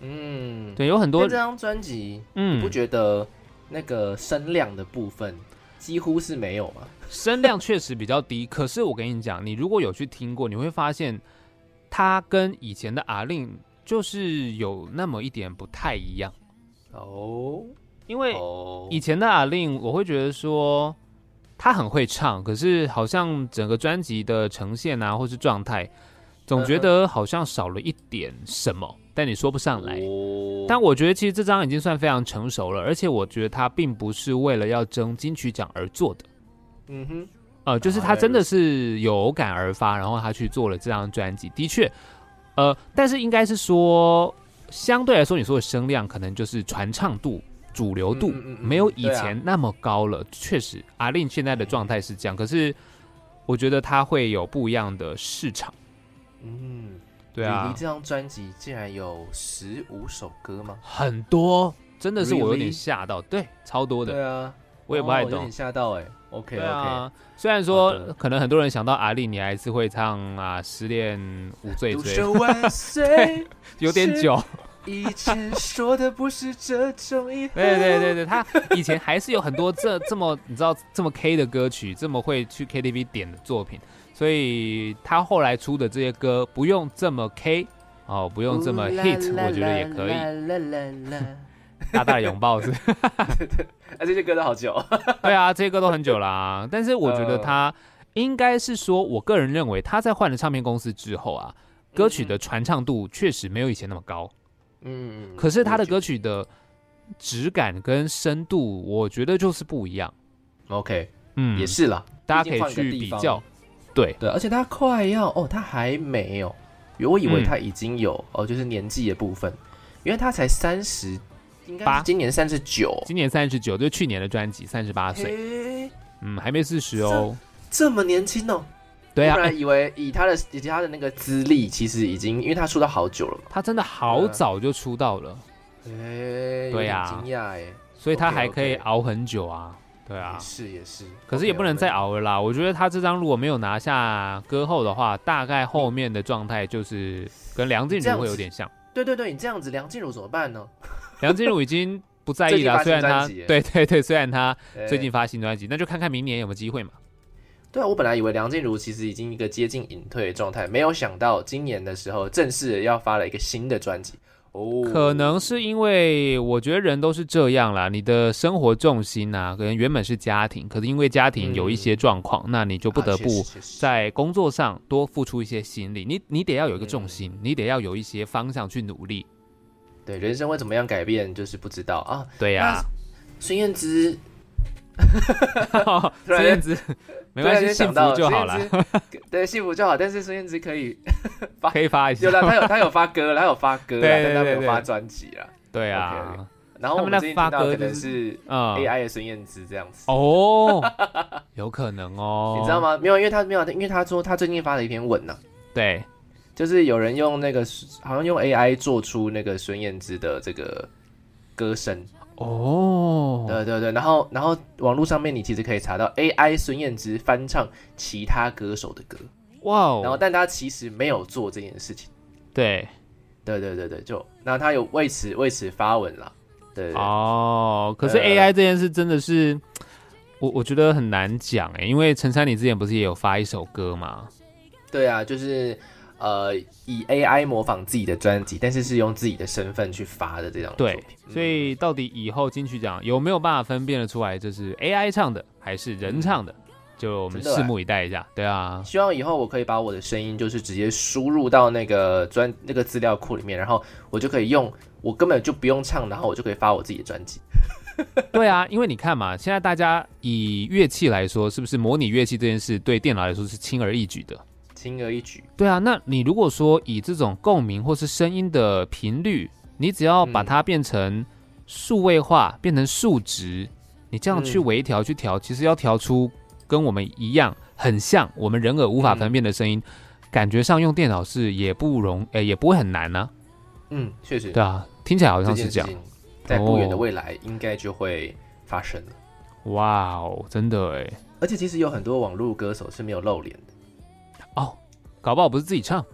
Speaker 1: 嗯，
Speaker 2: 对，有很
Speaker 1: 但
Speaker 2: 多
Speaker 1: 这张专辑，你不
Speaker 2: 嗯，
Speaker 1: 觉得那个声量的部分几乎是没有吗？
Speaker 2: 声量确实比较低。可是我跟你讲，你如果有去听过，你会发现他跟以前的阿令就是有那么一点不太一样。
Speaker 1: 哦，
Speaker 2: 因为
Speaker 1: 哦，
Speaker 2: 以前的阿令，我会觉得说他很会唱，可是好像整个专辑的呈现啊，或是状态，总
Speaker 1: 嗯
Speaker 2: 觉得好像少了一点什么，但你说不上来。
Speaker 1: 哦
Speaker 2: 但我觉得其实这张已经算非常成熟了，而且我觉得他并不是为了要争金曲奖而做的。
Speaker 1: 嗯哼，
Speaker 2: 呃，就是
Speaker 1: 啊
Speaker 2: 他真
Speaker 1: 原来
Speaker 2: 的
Speaker 1: 如
Speaker 2: 是有感而发，然后他去做了这张专辑。的确，呃，但是应该是说，相对来说，你说的声量可能就是传唱度、主流度、
Speaker 1: 嗯嗯嗯嗯
Speaker 2: 没有以
Speaker 1: 对啊
Speaker 2: 前那么高了。确实，阿令现在的状态是这样，可是我觉得他会有不一样的市场。
Speaker 1: 嗯，
Speaker 2: 对
Speaker 1: 你
Speaker 2: 啊
Speaker 1: 离，这张专辑竟然有十五首歌吗？
Speaker 2: 很多真的是我有点
Speaker 1: Really？
Speaker 2: 吓到，对，超多的，
Speaker 1: 对啊，
Speaker 2: 我也不
Speaker 1: 哦
Speaker 2: 太
Speaker 1: 有
Speaker 2: 懂
Speaker 1: 点。吓到哎。OK
Speaker 2: 对
Speaker 1: OK，
Speaker 2: 啊，虽然
Speaker 1: 好的
Speaker 2: 说可能很多人想到阿令，你还是会唱啊《失恋无罪
Speaker 1: 独
Speaker 2: 罪》，
Speaker 1: 秀万岁。
Speaker 2: 有点久。
Speaker 1: 以前说的不是这种 以后。
Speaker 2: 对对对对，他以前还是有很多这 这么你知道这么 K 的歌曲，这么会去 KTV 点的作品，所以他后来出的这些歌不用这么 K 哦，不用这么 hit，我觉得也可以。
Speaker 1: 以。
Speaker 2: 大大的拥抱是，
Speaker 1: 啊，这些歌都好久。
Speaker 2: 对啊，这些歌都很久啦、但是我觉得他应该是说，我个人认为他在换了唱片公司之后啊，歌曲的传唱度确实没有以前那么高。
Speaker 1: 嗯，
Speaker 2: 可是他的歌曲的质感跟深度，我觉得就是不一样。
Speaker 1: OK
Speaker 2: 嗯，
Speaker 1: 也是啦，
Speaker 2: 大家
Speaker 1: 毕
Speaker 2: 可
Speaker 1: 竟
Speaker 2: 以
Speaker 1: 换个
Speaker 2: 去
Speaker 1: 地
Speaker 2: 比
Speaker 1: 方
Speaker 2: 较。对，
Speaker 1: 对，而且他快要哦，他还没有，我以
Speaker 2: 嗯
Speaker 1: 为他已经有、哦，就是年纪的部分，因为他才三十，应该
Speaker 2: 八
Speaker 1: 是今年三十九，
Speaker 2: 今年三十九，就是去年的专辑，三十八岁，
Speaker 1: 嘿，
Speaker 2: 嗯，还没四十哦，
Speaker 1: 这么年轻哦，
Speaker 2: 对啊
Speaker 1: 我，本来以为以他的以及他的那个资历，其实已经因为他出道好久了嘛，
Speaker 2: 他真的好
Speaker 1: 嗯
Speaker 2: 早就出道了，
Speaker 1: 哎、
Speaker 2: 对
Speaker 1: 有
Speaker 2: 啊
Speaker 1: 点惊讶哎，
Speaker 2: 所以他
Speaker 1: OK，OK
Speaker 2: 还可以熬很久啊。对啊
Speaker 1: 也，是也是，
Speaker 2: 可是也不能再熬了啦。我觉得他这张如果没有拿下歌后的话，大概后面的状态就是跟梁静
Speaker 1: 嗯你这
Speaker 2: 茹
Speaker 1: 样
Speaker 2: 会有
Speaker 1: 子
Speaker 2: 点像。
Speaker 1: 对对对，你这样子梁静茹怎么办呢？
Speaker 2: 梁静茹已经不在意
Speaker 1: 最近发新
Speaker 2: 了，虽然他
Speaker 1: 专辑耶
Speaker 2: 对对对，虽然他
Speaker 1: 哎
Speaker 2: 最近发新专辑，那就看看明年有没有机会嘛。
Speaker 1: 对啊，我本来以为梁静茹其实已经一个接近隐退的状态，没有想到今年的时候正式要发了一个新的专辑哦，
Speaker 2: 可能是因为我觉得人都是这样啦，你的生活重心啊，可能原本是家庭，可是因为家庭有一些状况，那你就不得
Speaker 1: 啊确实
Speaker 2: 不
Speaker 1: 确实
Speaker 2: 在工作上多付出一些心力。你你得要有一个重心，你得要有一些方向去努力。
Speaker 1: 对人生会怎么样改变，就是不知道啊。
Speaker 2: 对呀、
Speaker 1: 孙燕姿
Speaker 2: 啊，
Speaker 1: 突然
Speaker 2: 这样子没关
Speaker 1: 突然间
Speaker 2: 系，幸
Speaker 1: 啊想
Speaker 2: 福
Speaker 1: 到
Speaker 2: 就好了，
Speaker 1: 孙。燕姿对，幸福就好。但是孙燕姿可以
Speaker 2: 可以发一
Speaker 1: 有
Speaker 2: 下。
Speaker 1: 啦，她有她有发歌啦，她有发歌啦，
Speaker 2: 对对
Speaker 1: 但她没有
Speaker 2: 对对
Speaker 1: 发专辑啦。
Speaker 2: 对啊
Speaker 1: OK，OK，然后我
Speaker 2: 他们在
Speaker 1: 最近
Speaker 2: 发
Speaker 1: 听到
Speaker 2: 歌
Speaker 1: 可
Speaker 2: 就
Speaker 1: 能
Speaker 2: 是
Speaker 1: 是
Speaker 2: 嗯，
Speaker 1: AI 的孙燕姿这样子，
Speaker 2: 哦，有可能哦，
Speaker 1: 你知道？吗？没有，因为她没有，因为她说她最近发了一篇文呐、啊
Speaker 2: 对，
Speaker 1: 就是有人用那个好像用 AI 做出那个孙燕姿的这个歌声，
Speaker 2: 哦，
Speaker 1: 对对对，然后然后网络上面你其实可以查到 AI 孙燕姿翻唱其他歌手的歌，
Speaker 2: 哇
Speaker 1: 然后
Speaker 2: 哦，
Speaker 1: 但她其实没有做这件事情，
Speaker 2: 对。
Speaker 1: 对对对对，就那她有为此为此发文啦，对对对
Speaker 2: 哦，可是
Speaker 1: 呃
Speaker 2: AI 这件事真的是，我我觉得很难讲哎、因为陈珊妮之前不是也有发一首歌嘛？
Speaker 1: 对啊，就是呃以 AI 模仿自己的专辑，但是是用自己的身份去发的这张作
Speaker 2: 对
Speaker 1: 品，嗯
Speaker 2: 所以到底以后金曲奖有没有办法分辨得出来这是 AI 唱的还是人唱的？就我们
Speaker 1: 真的欸
Speaker 2: 拭目以待一下。对啊，
Speaker 1: 希望以后我可以把我的声音就是直接输入到那个专那个资料库里面，然后我就可以用，我根本就不用唱，然后我就可以发我自己的专辑。
Speaker 2: 对啊，因为你看嘛，现在大家以乐器来说，是不是模拟乐器这件事对电脑来说是轻而易举的？
Speaker 1: 轻而易举，
Speaker 2: 对啊，那你如果说以这种共鸣或是声音的频率，你只要把它变成数位化，变成数值，你这样去
Speaker 1: 嗯
Speaker 2: 微调去调，其实要调出跟我们一样很像，我们人耳无法分辨的声音，感觉上用电脑是也不容，诶、也不会很难呢、
Speaker 1: 嗯，确实，
Speaker 2: 对啊，听起来好
Speaker 1: 这
Speaker 2: 像是
Speaker 1: 件
Speaker 2: 这
Speaker 1: 事
Speaker 2: 样。
Speaker 1: 情在不远的
Speaker 2: 哦
Speaker 1: 未来应该就会发生了。
Speaker 2: 哇哦，真的诶，
Speaker 1: 而且其实有很多网络歌手是没有露脸的，
Speaker 2: 哦，搞不好不是自己唱，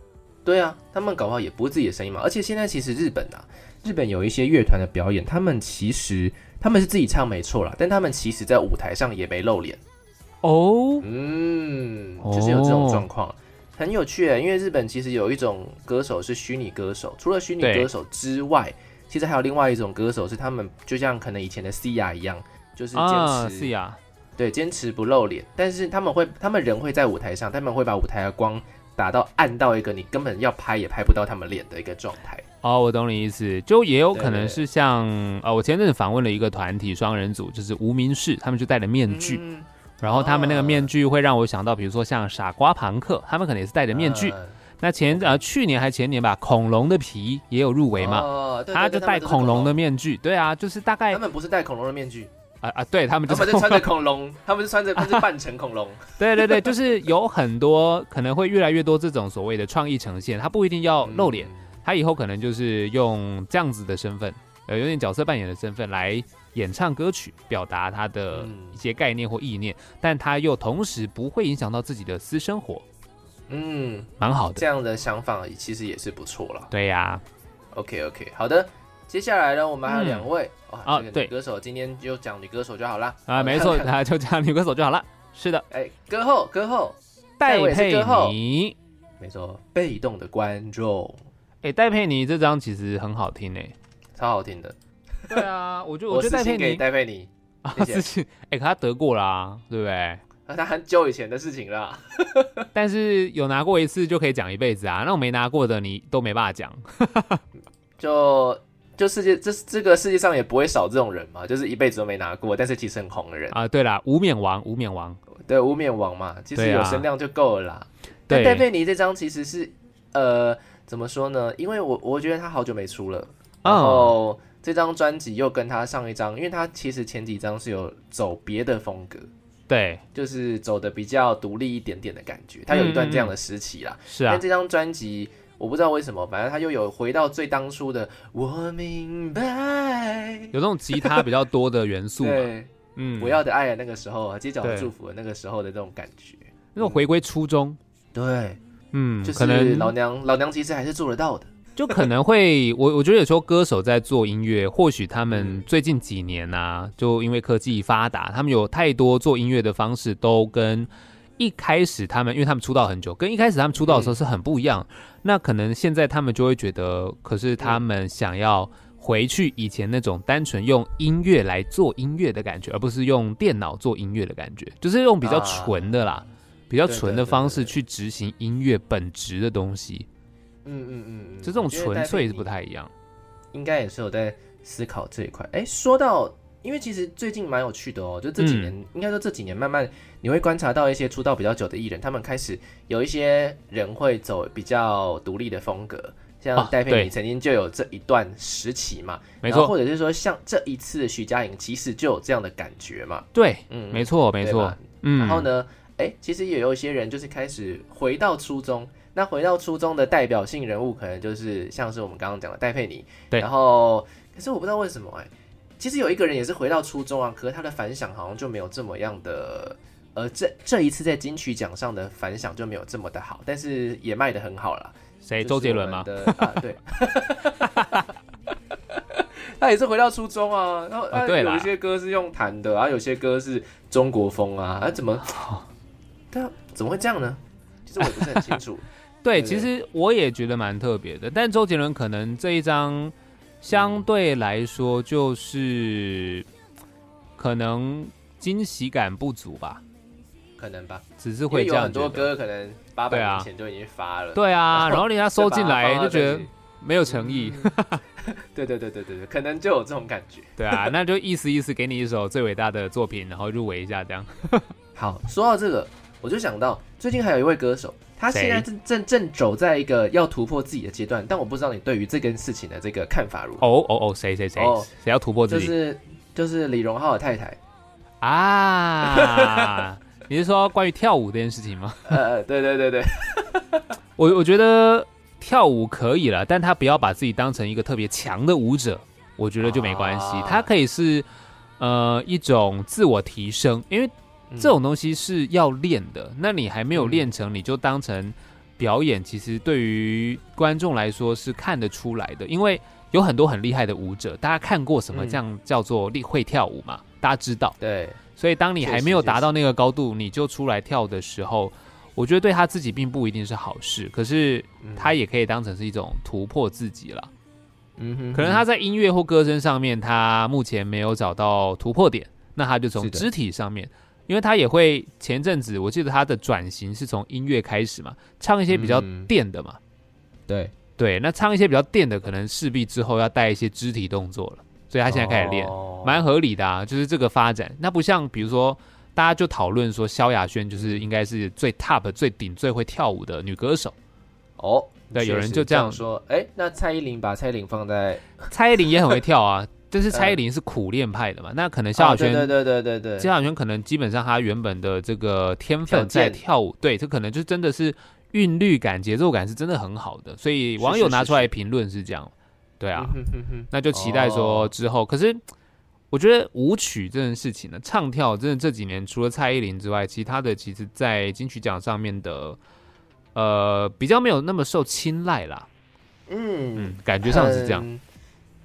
Speaker 1: 对啊，他们搞不好也不是自己的声音嘛。而且现在其实日本啊，日本有一些乐团的表演，他们其实他们是自己唱没错啦，但他们其实在舞台上也没露脸。
Speaker 2: 哦，
Speaker 1: 嗯，
Speaker 2: 哦
Speaker 1: 就是有这种状况，很有趣欸耶。因为日本其实有一种歌手是虚拟歌手，除了虚拟
Speaker 2: 对
Speaker 1: 歌手之外，其实还有另外一种歌手是他们就像可能以前的 Cia 一样，就是坚持、
Speaker 2: 啊，是呀、
Speaker 1: 对坚持不露脸，但是他们会他们人会在舞台上，他们会把舞台的光打到暗到一个你根本要拍也拍不到他们脸的一个状态。
Speaker 2: 哦，我懂你意思，就也有可
Speaker 1: 对
Speaker 2: 能
Speaker 1: 对
Speaker 2: 是像呃，我前阵子访问了一个团体双人组，就是无名氏，他们就戴着面具，
Speaker 1: 嗯
Speaker 2: 然后他们那个
Speaker 1: 啊
Speaker 2: 面具会让我想到，比如说像傻瓜朋克，他们可能也是戴着面具。
Speaker 1: 嗯
Speaker 2: 那前呃去年还前年吧，恐龙的皮也有入围嘛，
Speaker 1: 哦对对
Speaker 2: 他
Speaker 1: 对
Speaker 2: 就
Speaker 1: 们
Speaker 2: 戴
Speaker 1: 都是
Speaker 2: 恐龙的，面具，对啊，就是大概
Speaker 1: 他
Speaker 2: 啊
Speaker 1: 们不是戴恐龙的面 具，
Speaker 2: 啊、对他们就
Speaker 1: 他
Speaker 2: 是
Speaker 1: 们是穿着恐龙，他们是穿着他们是扮成恐龙。
Speaker 2: 对对对，就是有很多可能会越来越多这种所谓的创意呈现，他不一定要哦
Speaker 1: 嗯
Speaker 2: 露脸，他以后可能就是用这样子的身份，呃，有点角色扮演的身份来演唱歌曲，表达他的
Speaker 1: 嗯
Speaker 2: 一些概念或意念，但他又同时不会影响到自己的私生活，
Speaker 1: 嗯，
Speaker 2: 蛮好的。
Speaker 1: 这样的想法其实也是不错啦。
Speaker 2: 对呀、
Speaker 1: OK OK，好的。接下来呢，我们还有两位、
Speaker 2: 啊
Speaker 1: 哇，这个
Speaker 2: 对
Speaker 1: 女歌手今天就讲女歌手就好啦。
Speaker 2: 啊，没 错，
Speaker 1: 哎、
Speaker 2: 他就叫女歌手就好了。是的，
Speaker 1: 歌后歌后，
Speaker 2: 戴
Speaker 1: 戴维斯
Speaker 2: 佩
Speaker 1: 之后
Speaker 2: 妮，
Speaker 1: 没错，被动的观众，
Speaker 2: 哎，戴佩妮这张其实很好听诶。
Speaker 1: 超好听的。
Speaker 2: 对啊，我觉得
Speaker 1: 我
Speaker 2: 我觉
Speaker 1: 私
Speaker 2: 得戴佩
Speaker 1: 信给
Speaker 2: 妮
Speaker 1: 戴佩妮，
Speaker 2: 啊，
Speaker 1: 谢 谢
Speaker 2: 自己哎，可她得过啦，对不对？
Speaker 1: 啊，她很久以前的事情啦。
Speaker 2: 但是有拿过一次就可以讲一辈子啊，那种没拿过的你都没办法讲。
Speaker 1: 就就世界这这个世界上也不会少这种人嘛，就是一辈子都没拿过，但是其实很红的人。
Speaker 2: 啊，对啦，无冕王，无冕王，
Speaker 1: 对，无冕王嘛，其实
Speaker 2: 对啊
Speaker 1: 有声量就够了啦。
Speaker 2: 对
Speaker 1: 但戴佩妮这张其实是呃，怎么说呢？因为我我觉得她好久没出了，
Speaker 2: 哦
Speaker 1: 然后这张专辑又跟她上一张，因为她其实前几张是有走别的风格，
Speaker 2: 对，
Speaker 1: 就是走的比较独立一点点的感觉。他有一段这样的时期啦，
Speaker 2: 是
Speaker 1: 但
Speaker 2: 啊，
Speaker 1: 这张专辑我不知道为什么，反正他又有回到最当初的我明白，
Speaker 2: 有那种吉他比较多的元素嘛，
Speaker 1: 对，
Speaker 2: 嗯，
Speaker 1: 我要的爱的那个时候啊，街角的
Speaker 2: 对
Speaker 1: 祝福的那个时候的那种感觉，
Speaker 2: 那种回归初衷，
Speaker 1: 对，
Speaker 2: 嗯，
Speaker 1: 就
Speaker 2: 可
Speaker 1: 是
Speaker 2: 能
Speaker 1: 老娘老娘其实还是做得到的，
Speaker 2: 就可能会， 我我觉得有时候歌手在做音乐，或许他们
Speaker 1: 嗯
Speaker 2: 最近几年啊，就因为科技发达，他们有太多做音乐的方式都跟一开始他们，因为他们出道很久，跟一开始他们出道
Speaker 1: 嗯
Speaker 2: 的时候是很不一样。那可能现在他们就会觉得，可是他们想要回去以前那种单纯用音乐来做音乐的感觉，而不是用电脑做音乐的感觉，就是用比较
Speaker 1: 啊
Speaker 2: 纯的啦，比较
Speaker 1: 对对
Speaker 2: 纯
Speaker 1: 对
Speaker 2: 的方
Speaker 1: 对
Speaker 2: 式
Speaker 1: 对
Speaker 2: 去执行音乐本质的东西。
Speaker 1: 嗯嗯嗯嗯，
Speaker 2: 就这种
Speaker 1: 我觉得
Speaker 2: 纯
Speaker 1: 戴
Speaker 2: 粹
Speaker 1: 佩
Speaker 2: 是不
Speaker 1: 妮
Speaker 2: 太一样。
Speaker 1: 应该也是有在思考这一块。哎，说到，因为其实最近蛮有趣的哦，就这几年，
Speaker 2: 嗯
Speaker 1: 应该说这几年慢慢你会观察到一些出道比较久的艺人，他们开始有一些人会走比较独立的风格，像
Speaker 2: 啊
Speaker 1: 戴佩
Speaker 2: 对
Speaker 1: 妮曾经就有这一段时期嘛，
Speaker 2: 没
Speaker 1: 然后
Speaker 2: 错，
Speaker 1: 或者是说像这一次的徐佳莹，其实就有这样的感觉嘛，
Speaker 2: 对，
Speaker 1: 嗯，
Speaker 2: 没错，没
Speaker 1: 对
Speaker 2: 错
Speaker 1: 吧，
Speaker 2: 嗯，
Speaker 1: 然后？呢，哎，其实也有一些人就是开始回到初中。那回到初中的代表性人物，可能就是像是我们刚刚讲的戴佩妮。
Speaker 2: 对
Speaker 1: 然后，可是我不知道为什么哎、其实有一个人也是回到初中啊，可是他的反响好像就没有这么样的，呃，这这一次在金曲奖上的反响就没有这么的好，但是也卖的很好啦。
Speaker 2: 谁？
Speaker 1: 就是
Speaker 2: 哎周杰伦吗
Speaker 1: 我？们 的？啊，对。 他也是回到初中啊，然后
Speaker 2: 哦
Speaker 1: 他
Speaker 2: 对
Speaker 1: 有
Speaker 2: 啦
Speaker 1: 一些歌是用弹的，然啊后有些歌是中国风啊，啊怎 么，对啊，怎么会这样呢？其实我也不是很清 楚。对
Speaker 2: 对，其实我也觉得蛮特别的，但周杰伦可能这一张
Speaker 1: 嗯
Speaker 2: 相对来说就是可能惊喜感不足吧，
Speaker 1: 可能吧，
Speaker 2: 只是
Speaker 1: 因为
Speaker 2: 会这
Speaker 1: 有
Speaker 2: 样
Speaker 1: 很
Speaker 2: 觉
Speaker 1: 多
Speaker 2: 得。
Speaker 1: 歌可能八
Speaker 2: 对
Speaker 1: 百
Speaker 2: 啊
Speaker 1: 年前就已经发了，
Speaker 2: 对啊，
Speaker 1: 然后
Speaker 2: 然后人 家
Speaker 1: 再
Speaker 2: 收
Speaker 1: 把它
Speaker 2: 进
Speaker 1: 放
Speaker 2: 来
Speaker 1: 到
Speaker 2: 就觉
Speaker 1: 这
Speaker 2: 得
Speaker 1: 里嗯
Speaker 2: 没有诚意。。
Speaker 1: 对对对对对对，可能就有这种感觉。
Speaker 2: 对啊，那就意思意思，给你一首最伟大的作品，然后入围一下这样。
Speaker 1: 好，说到这个，我就想到最近还有一位歌手，他
Speaker 2: 谁
Speaker 1: 现在正正正走在一个要突破自己的阶段，但我不知道你对于这件事情的这个看法如何。
Speaker 2: 哦哦哦，谁谁谁
Speaker 1: 哦
Speaker 2: 谁要突破自
Speaker 1: 就
Speaker 2: 己？
Speaker 1: 是就是李荣浩的太太，
Speaker 2: 啊，你是说关于跳舞这件事情吗？
Speaker 1: 呃，对对对对，
Speaker 2: 我我觉得跳舞可以了，但他不要把自己当成一个特别强的舞者，我觉得就没关系
Speaker 1: 啊。
Speaker 2: 他可以是呃一种自我提升，因为
Speaker 1: 嗯
Speaker 2: 这种东西是要练的。那你还没有
Speaker 1: 嗯
Speaker 2: 练成，你就当成表演，其实对于观众来说是看得出来的，因为有很多很厉害的舞者，大家看过什么
Speaker 1: 嗯
Speaker 2: 这样叫做厉会跳舞嘛，大家知道。
Speaker 1: 对，
Speaker 2: 所以当你还没有达到那个高度，你就出来跳的时候，我觉得对他自己并不一定是好事，可是
Speaker 1: 嗯
Speaker 2: 他也可以当成是一种突破自己了。
Speaker 1: 嗯哼
Speaker 2: 可能他在音乐或歌声上面，他目前没有找到突破点，那他就从
Speaker 1: 是的
Speaker 2: 肢体上面，因为他也会前阵子我记得他的转型是从音乐开始嘛，唱一些比较
Speaker 1: 嗯
Speaker 2: 电的嘛，
Speaker 1: 对，
Speaker 2: 对，那唱一些比较电的，可能势必之后要带一些肢体动作了，所以他现在开始练。
Speaker 1: 哦
Speaker 2: 蛮合理的啊，就是这个发展。那不像比如说，大家就讨论说萧亚轩就是应该是最 top、最顶、最会跳舞的女 歌手，
Speaker 1: 哦，
Speaker 2: 对
Speaker 1: 确
Speaker 2: 有人
Speaker 1: 实
Speaker 2: 就
Speaker 1: 这
Speaker 2: 这样
Speaker 1: 样说，哎，那蔡依林把蔡依林放在
Speaker 2: 蔡依林也很会 跳啊，但是蔡依林是苦练派的嘛，那可能萧亚
Speaker 1: 嗯哦对
Speaker 2: 轩。
Speaker 1: 对对对对对，
Speaker 2: 萧亚轩可能基本上她原本的这个天
Speaker 1: 条
Speaker 2: 分在
Speaker 1: 件
Speaker 2: 跳舞，对，这可能就真的是韵律感、节奏感是真的很好的，所以
Speaker 1: 是
Speaker 2: 网友
Speaker 1: 是
Speaker 2: 拿
Speaker 1: 是
Speaker 2: 出来评论是这样，对啊，
Speaker 1: 嗯哼哼哼
Speaker 2: 那就期待说
Speaker 1: 哦
Speaker 2: 之后。可是我觉得舞曲这件事情呢，唱跳真的这几年除了蔡依林之外，其他的其实在金曲奖上面的呃比较没有那么受青睐啦。
Speaker 1: 嗯，
Speaker 2: 嗯，感觉上是这样。
Speaker 1: 嗯。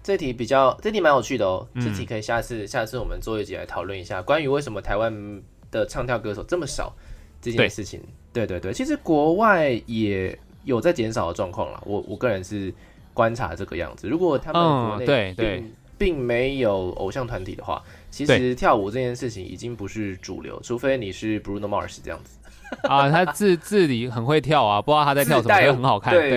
Speaker 1: 这题比较，这题蛮有趣的哦。
Speaker 2: 嗯
Speaker 1: 这题可以下次，下次我们做一集来讨论一下关于为什么台湾的唱跳歌手这么少这件
Speaker 2: 对
Speaker 1: 事情。对对对，其实国外也有在减少的状况啦。我我个人是观察这个样子。如果他们国
Speaker 2: 嗯，
Speaker 1: 内
Speaker 2: 对
Speaker 1: 并、
Speaker 2: 对，
Speaker 1: 并没有偶像团体的话，其
Speaker 2: 对
Speaker 1: 实跳舞这件事情已经不是主流，除非你是 Bruno Mars 这样子。
Speaker 2: 啊，他自自己很会跳啊，不知道他在跳什
Speaker 1: 自
Speaker 2: 么，
Speaker 1: 带
Speaker 2: 所以很好看。
Speaker 1: 对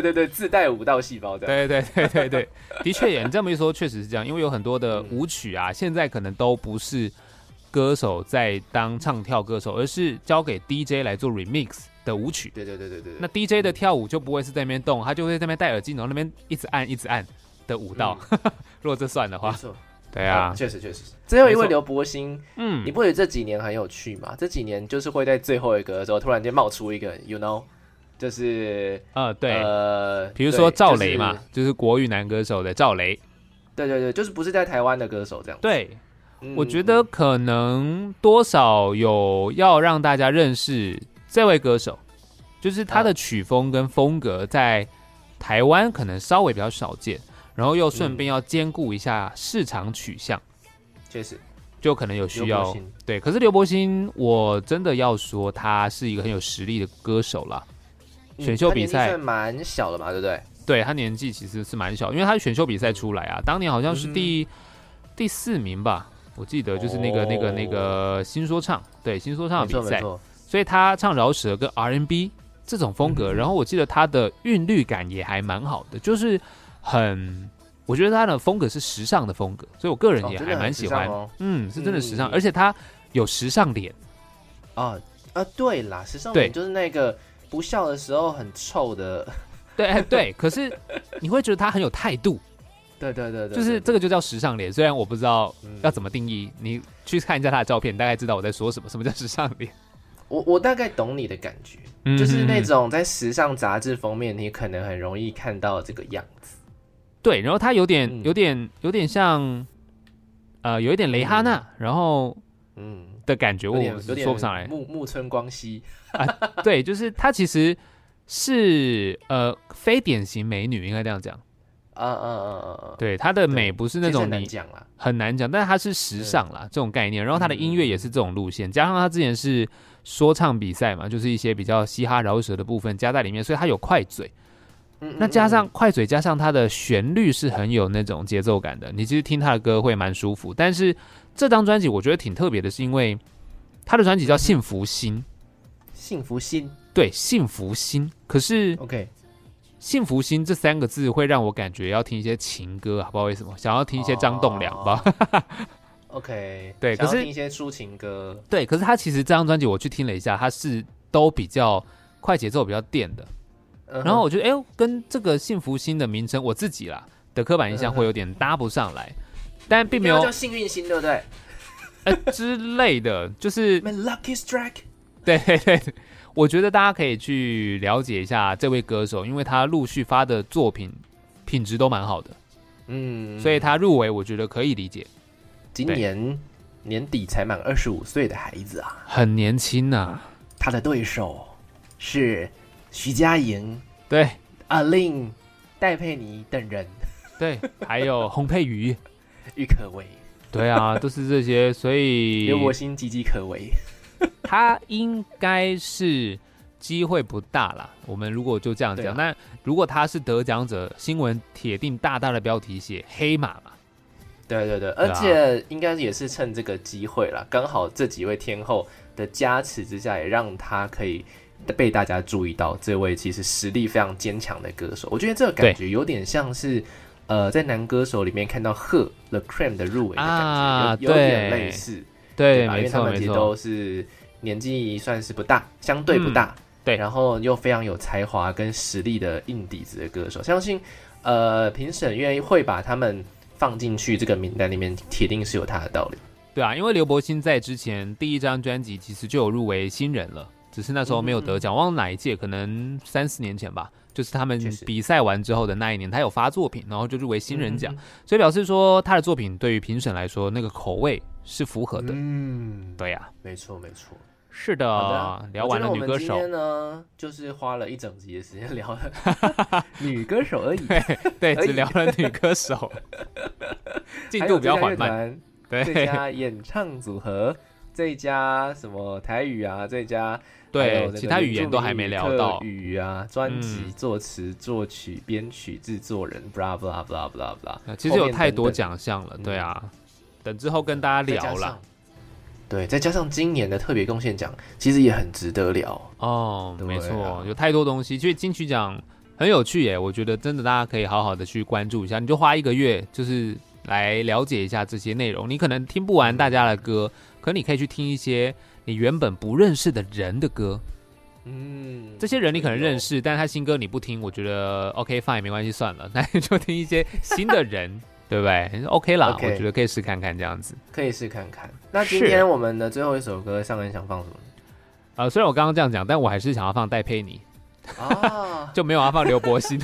Speaker 1: 对对对，自带舞蹈细胞这样。
Speaker 2: 对对对对 对，的确也，你这么一说，确实是这样，因为有很多的
Speaker 1: 嗯
Speaker 2: 舞曲啊，现在可能都不是歌手在当唱跳歌手，而是交给 DJ 来做 remix 的舞曲。
Speaker 1: 对对对对对对。
Speaker 2: 那 DJ 的跳舞就不会是在那边 动，他就会在那边戴耳机，然后那边一直按一直按的舞蹈。如果这算的
Speaker 1: 没
Speaker 2: 话，
Speaker 1: 错，
Speaker 2: 嗯对啊，
Speaker 1: 确实确实。最后一
Speaker 2: 没
Speaker 1: 位
Speaker 2: 错
Speaker 1: 刘伯欣，
Speaker 2: 嗯
Speaker 1: 你，不觉得这几年很有趣吗？这几年就是会在最后一个的时候突然间冒出一个，you know，就是
Speaker 2: 呃，对，
Speaker 1: 呃，
Speaker 2: 比如说
Speaker 1: 对
Speaker 2: 赵雷嘛，，就是国语男歌手的赵雷，
Speaker 1: 就是对对对，就是不是在台湾的歌手这样。
Speaker 2: 对，
Speaker 1: 嗯
Speaker 2: 我觉得可能多少有要让大家认识这位歌手，就是他的曲风跟风格在台湾可能稍微比较少见，然后又顺便要兼顾一下市场取向，
Speaker 1: 嗯确实
Speaker 2: 就可能有需
Speaker 1: 刘伯
Speaker 2: 要
Speaker 1: 欣
Speaker 2: 对。可是刘柏辛，我真的要说他是一个很有实力的歌手啦。
Speaker 1: 嗯
Speaker 2: 选秀
Speaker 1: 他
Speaker 2: 比
Speaker 1: 年纪
Speaker 2: 赛
Speaker 1: 算蛮小的嘛，对不对？
Speaker 2: 对他年纪其实是蛮小，因为他选秀比赛出来啊，当年好像
Speaker 1: 嗯
Speaker 2: 是第、第四名吧，我记得就是那个、
Speaker 1: 哦
Speaker 2: 那个那个新说唱，对新说唱
Speaker 1: 没
Speaker 2: 的
Speaker 1: 错
Speaker 2: 比
Speaker 1: 没
Speaker 2: 赛，
Speaker 1: 错，
Speaker 2: 所以他唱饶舌跟 R&B 这种风格，
Speaker 1: 嗯
Speaker 2: 然后我记得他的韵律感也还蛮好的，就是很，我觉得他的风格是时尚的风格，所以我个人
Speaker 1: 哦
Speaker 2: 也
Speaker 1: 真
Speaker 2: 还
Speaker 1: 的
Speaker 2: 蛮
Speaker 1: 很
Speaker 2: 喜
Speaker 1: 时
Speaker 2: 欢，
Speaker 1: 尚哦。
Speaker 2: 嗯，是真的时尚，
Speaker 1: 嗯
Speaker 2: 而且他有时尚脸，
Speaker 1: 啊啊，对啦，时尚
Speaker 2: 对
Speaker 1: 脸就是那个不笑的时候很臭的，
Speaker 2: 对哎对，可是你会觉得他很有态度，
Speaker 1: 对对 对对，嗯
Speaker 2: 就是这
Speaker 1: 个
Speaker 2: 个就叫时尚脸，虽然我不知道要
Speaker 1: 要
Speaker 2: 怎么定义？你去看一下他的照片，你大概知道我在说什么。什么叫时尚脸？
Speaker 1: 我我大概懂你的感觉，
Speaker 2: 嗯
Speaker 1: 就是那种在时尚杂志封面你可能很容易看到这个样子，
Speaker 2: 对，然后他有点、
Speaker 1: 嗯
Speaker 2: 有点、有点像，呃，有一点雷哈娜，然后
Speaker 1: 嗯，
Speaker 2: 的感觉，
Speaker 1: 有
Speaker 2: 我
Speaker 1: 点
Speaker 2: 我
Speaker 1: 有点
Speaker 2: 说不上 来。
Speaker 1: 木木村光熙，
Speaker 2: 对，就是她其实是呃非典型美女，应该这样讲。
Speaker 1: 啊啊啊啊啊，
Speaker 2: 对，她的
Speaker 1: 对
Speaker 2: 美不是
Speaker 1: 其
Speaker 2: 那
Speaker 1: 实
Speaker 2: 种
Speaker 1: 很难
Speaker 2: 你
Speaker 1: 讲啦，
Speaker 2: 很难讲，但是她是时
Speaker 1: 对
Speaker 2: 尚啦这种概念。然后她的音乐也
Speaker 1: 嗯
Speaker 2: 是这种路线，加上她之前是说唱比赛嘛，就是一些比较嘻哈饶舌的部分加在里面，所以她有快嘴。
Speaker 1: 嗯
Speaker 2: 那
Speaker 1: 嗯
Speaker 2: 加
Speaker 1: 嗯
Speaker 2: 上快嘴，加上它的旋律是很有那种节奏感的，你其实听他的歌会蛮舒服。但是这张专辑我觉得挺特别的，是因为他的专辑叫《幸福星》，
Speaker 1: 幸福心
Speaker 2: 对，《幸福星》。可是《
Speaker 1: ，OK，
Speaker 2: 幸福星》这三个字会让我感觉要听一些情歌啊，不知道为什么，想要听一些张栋梁吧。
Speaker 1: OK，
Speaker 2: 对
Speaker 1: 想要
Speaker 2: 可是
Speaker 1: 听一些抒情歌，
Speaker 2: 对，可是他其实这张专辑我去听了一下，他是都比较快节奏、比较电的。
Speaker 1: 嗯然
Speaker 2: 然后我觉得，哎呦，跟这个《幸福星》的名称我自己啦的刻板印象
Speaker 1: 嗯
Speaker 2: 会有点搭不上来。但并没有
Speaker 1: 叫幸运星，对不对
Speaker 2: 呃之类的，就是
Speaker 1: ？My lucky strike，
Speaker 2: 对对对，我觉得大家可以去了解一下这位歌手，因为他陆续发的作品品质都蛮好的，
Speaker 1: 嗯，
Speaker 2: 所以他入围我觉得可以理解，
Speaker 1: 今
Speaker 2: 对
Speaker 1: 年年底才满二十五岁的孩子啊，
Speaker 2: 很年轻啊呐、
Speaker 1: 他的对手是徐佳莹、
Speaker 2: 对
Speaker 1: 阿令、戴佩妮等人，
Speaker 2: 对，还有洪佩瑜，
Speaker 1: 郁可唯、
Speaker 2: 对啊，都是这些，所 以
Speaker 1: 刘柏辛岌岌可危。
Speaker 2: 他应该是机会不大啦。我们如果就这样
Speaker 1: 对啊
Speaker 2: 讲，那如果他是得奖者，新闻铁定大大的标题写黑马嘛，
Speaker 1: 对对对，
Speaker 2: 对
Speaker 1: 而
Speaker 2: 啊
Speaker 1: 且应该也是趁这个机会啦，刚好这几位天后的加持之下，也让他可以被大家注意到这位其实实力非常坚强的歌手。我觉得这个感觉有点像是，呃，在男歌手里面看到贺 The Cream 的入围的感觉，
Speaker 2: 啊
Speaker 1: 有有点
Speaker 2: 对
Speaker 1: 类似，
Speaker 2: 对，
Speaker 1: 吧？因
Speaker 2: 没
Speaker 1: 为他
Speaker 2: 错
Speaker 1: 们
Speaker 2: 没
Speaker 1: 其实
Speaker 2: 错，嗯
Speaker 1: 都是年纪算是不大，相对不大，
Speaker 2: 对
Speaker 1: 然后又非常有才华跟实力的硬底子的歌手，相信呃评审愿意会把他们放进去这个名单里面，铁定是有他的道理。
Speaker 2: 对啊，因为刘柏辛在之前第一张专辑其实就有入围新人了，只是那时候没
Speaker 1: 嗯
Speaker 2: 有得奖，忘了哪一届，可能三四年前吧。就是他们
Speaker 1: 确实
Speaker 2: 比赛完之后的那一年，他有发作品，然后就入围新人奖，
Speaker 1: 嗯
Speaker 2: 所以表示说他的作品对于评审来说，那个口味是符合的。
Speaker 1: 嗯，
Speaker 2: 对呀、
Speaker 1: 没错没错。
Speaker 2: 是的。
Speaker 1: 好的
Speaker 2: 聊完了
Speaker 1: 我
Speaker 2: 女
Speaker 1: 觉得
Speaker 2: 歌
Speaker 1: 我
Speaker 2: 手
Speaker 1: 们今，天呢，就是花了一整集的时间聊了 女歌手而已，
Speaker 2: 对，
Speaker 1: 而已
Speaker 2: 只聊了女 歌手，进
Speaker 1: 还
Speaker 2: 度
Speaker 1: 有
Speaker 2: 比较
Speaker 1: 最佳
Speaker 2: 缓
Speaker 1: 乐
Speaker 2: 慢。
Speaker 1: 团，最
Speaker 2: 对
Speaker 1: 佳演唱组合。最佳什么台语啊？最佳还有
Speaker 2: 对
Speaker 1: 那，个
Speaker 2: 其他语言都还没聊到
Speaker 1: 原住。民语啊，专辑
Speaker 2: 嗯
Speaker 1: 作词、作曲、编曲、制作人，blah blah blah blah blah。
Speaker 2: 呃其实有太
Speaker 1: 后面等
Speaker 2: 多
Speaker 1: 等
Speaker 2: 奖项了，
Speaker 1: 嗯
Speaker 2: 对啊。等之后跟大家聊啦。。
Speaker 1: 对，再加上今年的特别贡献奖，其实也很值得聊。
Speaker 2: 哦，
Speaker 1: 对
Speaker 2: 没错
Speaker 1: 啊，
Speaker 2: 有太多东西。其实金曲奖很有趣耶，我觉得真的大家可以好好的去关注一下。你就花一个月，就是来了解一下这些内容。你可能听不完大家的歌，可你可以去听一些你原本不认识的人的歌。
Speaker 1: 嗯，
Speaker 2: 这些人你可能认
Speaker 1: 识，
Speaker 2: 识， 但他新歌你不听，我觉得 OK fine 没关系，算了，那你就听一些新的人对不对？OK 啦
Speaker 1: OK
Speaker 2: 我觉得可以试看看这样子。
Speaker 1: 嗯可以试看看。那今
Speaker 2: 是
Speaker 1: 天我们的最后一首歌，上恩想放什 么？
Speaker 2: 呃，虽然我刚刚这样讲，但我还是想要放戴佩妮，
Speaker 1: 啊
Speaker 2: 就没有要放刘柏辛。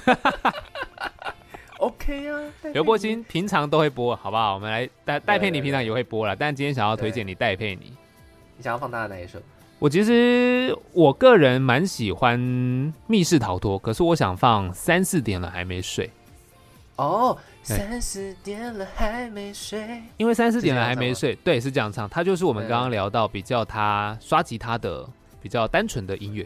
Speaker 1: ，OK 啊，戴佩妮
Speaker 2: 刘柏辛平常都会播，好不好？我们来戴戴佩
Speaker 1: 对
Speaker 2: 妮
Speaker 1: 对
Speaker 2: 平常也会播了，但今天想要推荐你戴佩妮。
Speaker 1: 你想要放他的哪一首？
Speaker 2: 我其实我个人蛮喜欢密室逃脱，可是我想放三四点了还没睡，
Speaker 1: 哦，
Speaker 2: 对
Speaker 1: 三十点了还没睡。
Speaker 2: 因为三四点了还没
Speaker 1: 是
Speaker 2: 睡，对，是这样唱。它就是我们
Speaker 1: 对啊
Speaker 2: 刚刚聊到比较他刷吉他的比较单纯的音乐，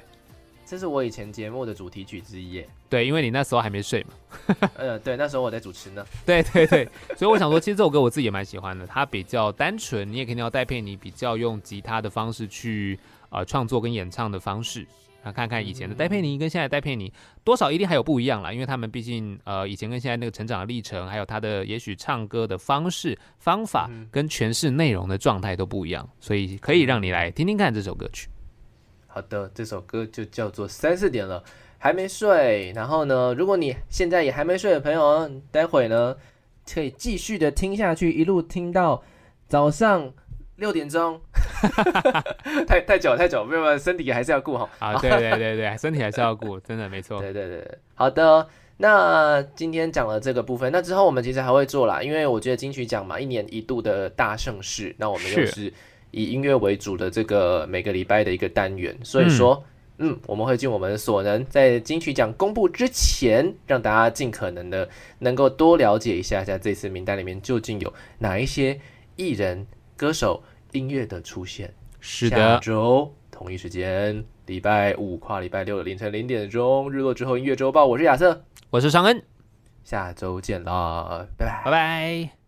Speaker 1: 这是我以前节目的主题曲之一 耶。
Speaker 2: 对，因为你那时候还没睡嘛。
Speaker 1: 呃，对，那时候我在主持呢。
Speaker 2: 对对对，所以我想说，其实这首歌我自己也蛮喜欢的，它比较单纯，你也可以听到戴佩妮比较用吉他的方式去呃创作跟演唱的方式。那看看以前的戴佩妮跟现在的戴佩妮，多少一定还有不一样啦，因为他们毕竟呃以前跟现在那个成长的历程，还有她的也许唱歌的方式、方法
Speaker 1: 嗯
Speaker 2: 跟诠释内容的状态都不一样，所以可以让你来听听看这首歌曲。
Speaker 1: 好的，这首歌就叫做《三四点了还没睡》。然后呢，如果你现在也还没睡的朋友，待会呢可以继续的听下去，一路听到早上六点钟。 太太久太久，没有没有，身体还是要顾好。
Speaker 2: 啊，对对对对，身体还是要顾，真的没错。
Speaker 1: 对对对，对好的。那今天讲了这个部分，那之后我们其实还会做啦，因为我觉得金曲奖嘛，一年一度的大盛事，那我们又
Speaker 2: 是
Speaker 1: 是以音乐为主的这个每个礼拜的一个单元，所以说，嗯我们会尽我们所能，在金曲奖公布之前，让大家尽可能的能够多了解一下，在这次名单里面究竟有哪一些艺人、歌手、音乐的出现。
Speaker 2: 是
Speaker 1: 下
Speaker 2: 的，
Speaker 1: 周同一时间，礼拜五跨礼拜六的凌晨零点钟，日落之后音乐周报，我是亚瑟，
Speaker 2: 我是尚恩，
Speaker 1: 下周见啦，拜拜。
Speaker 2: 拜拜。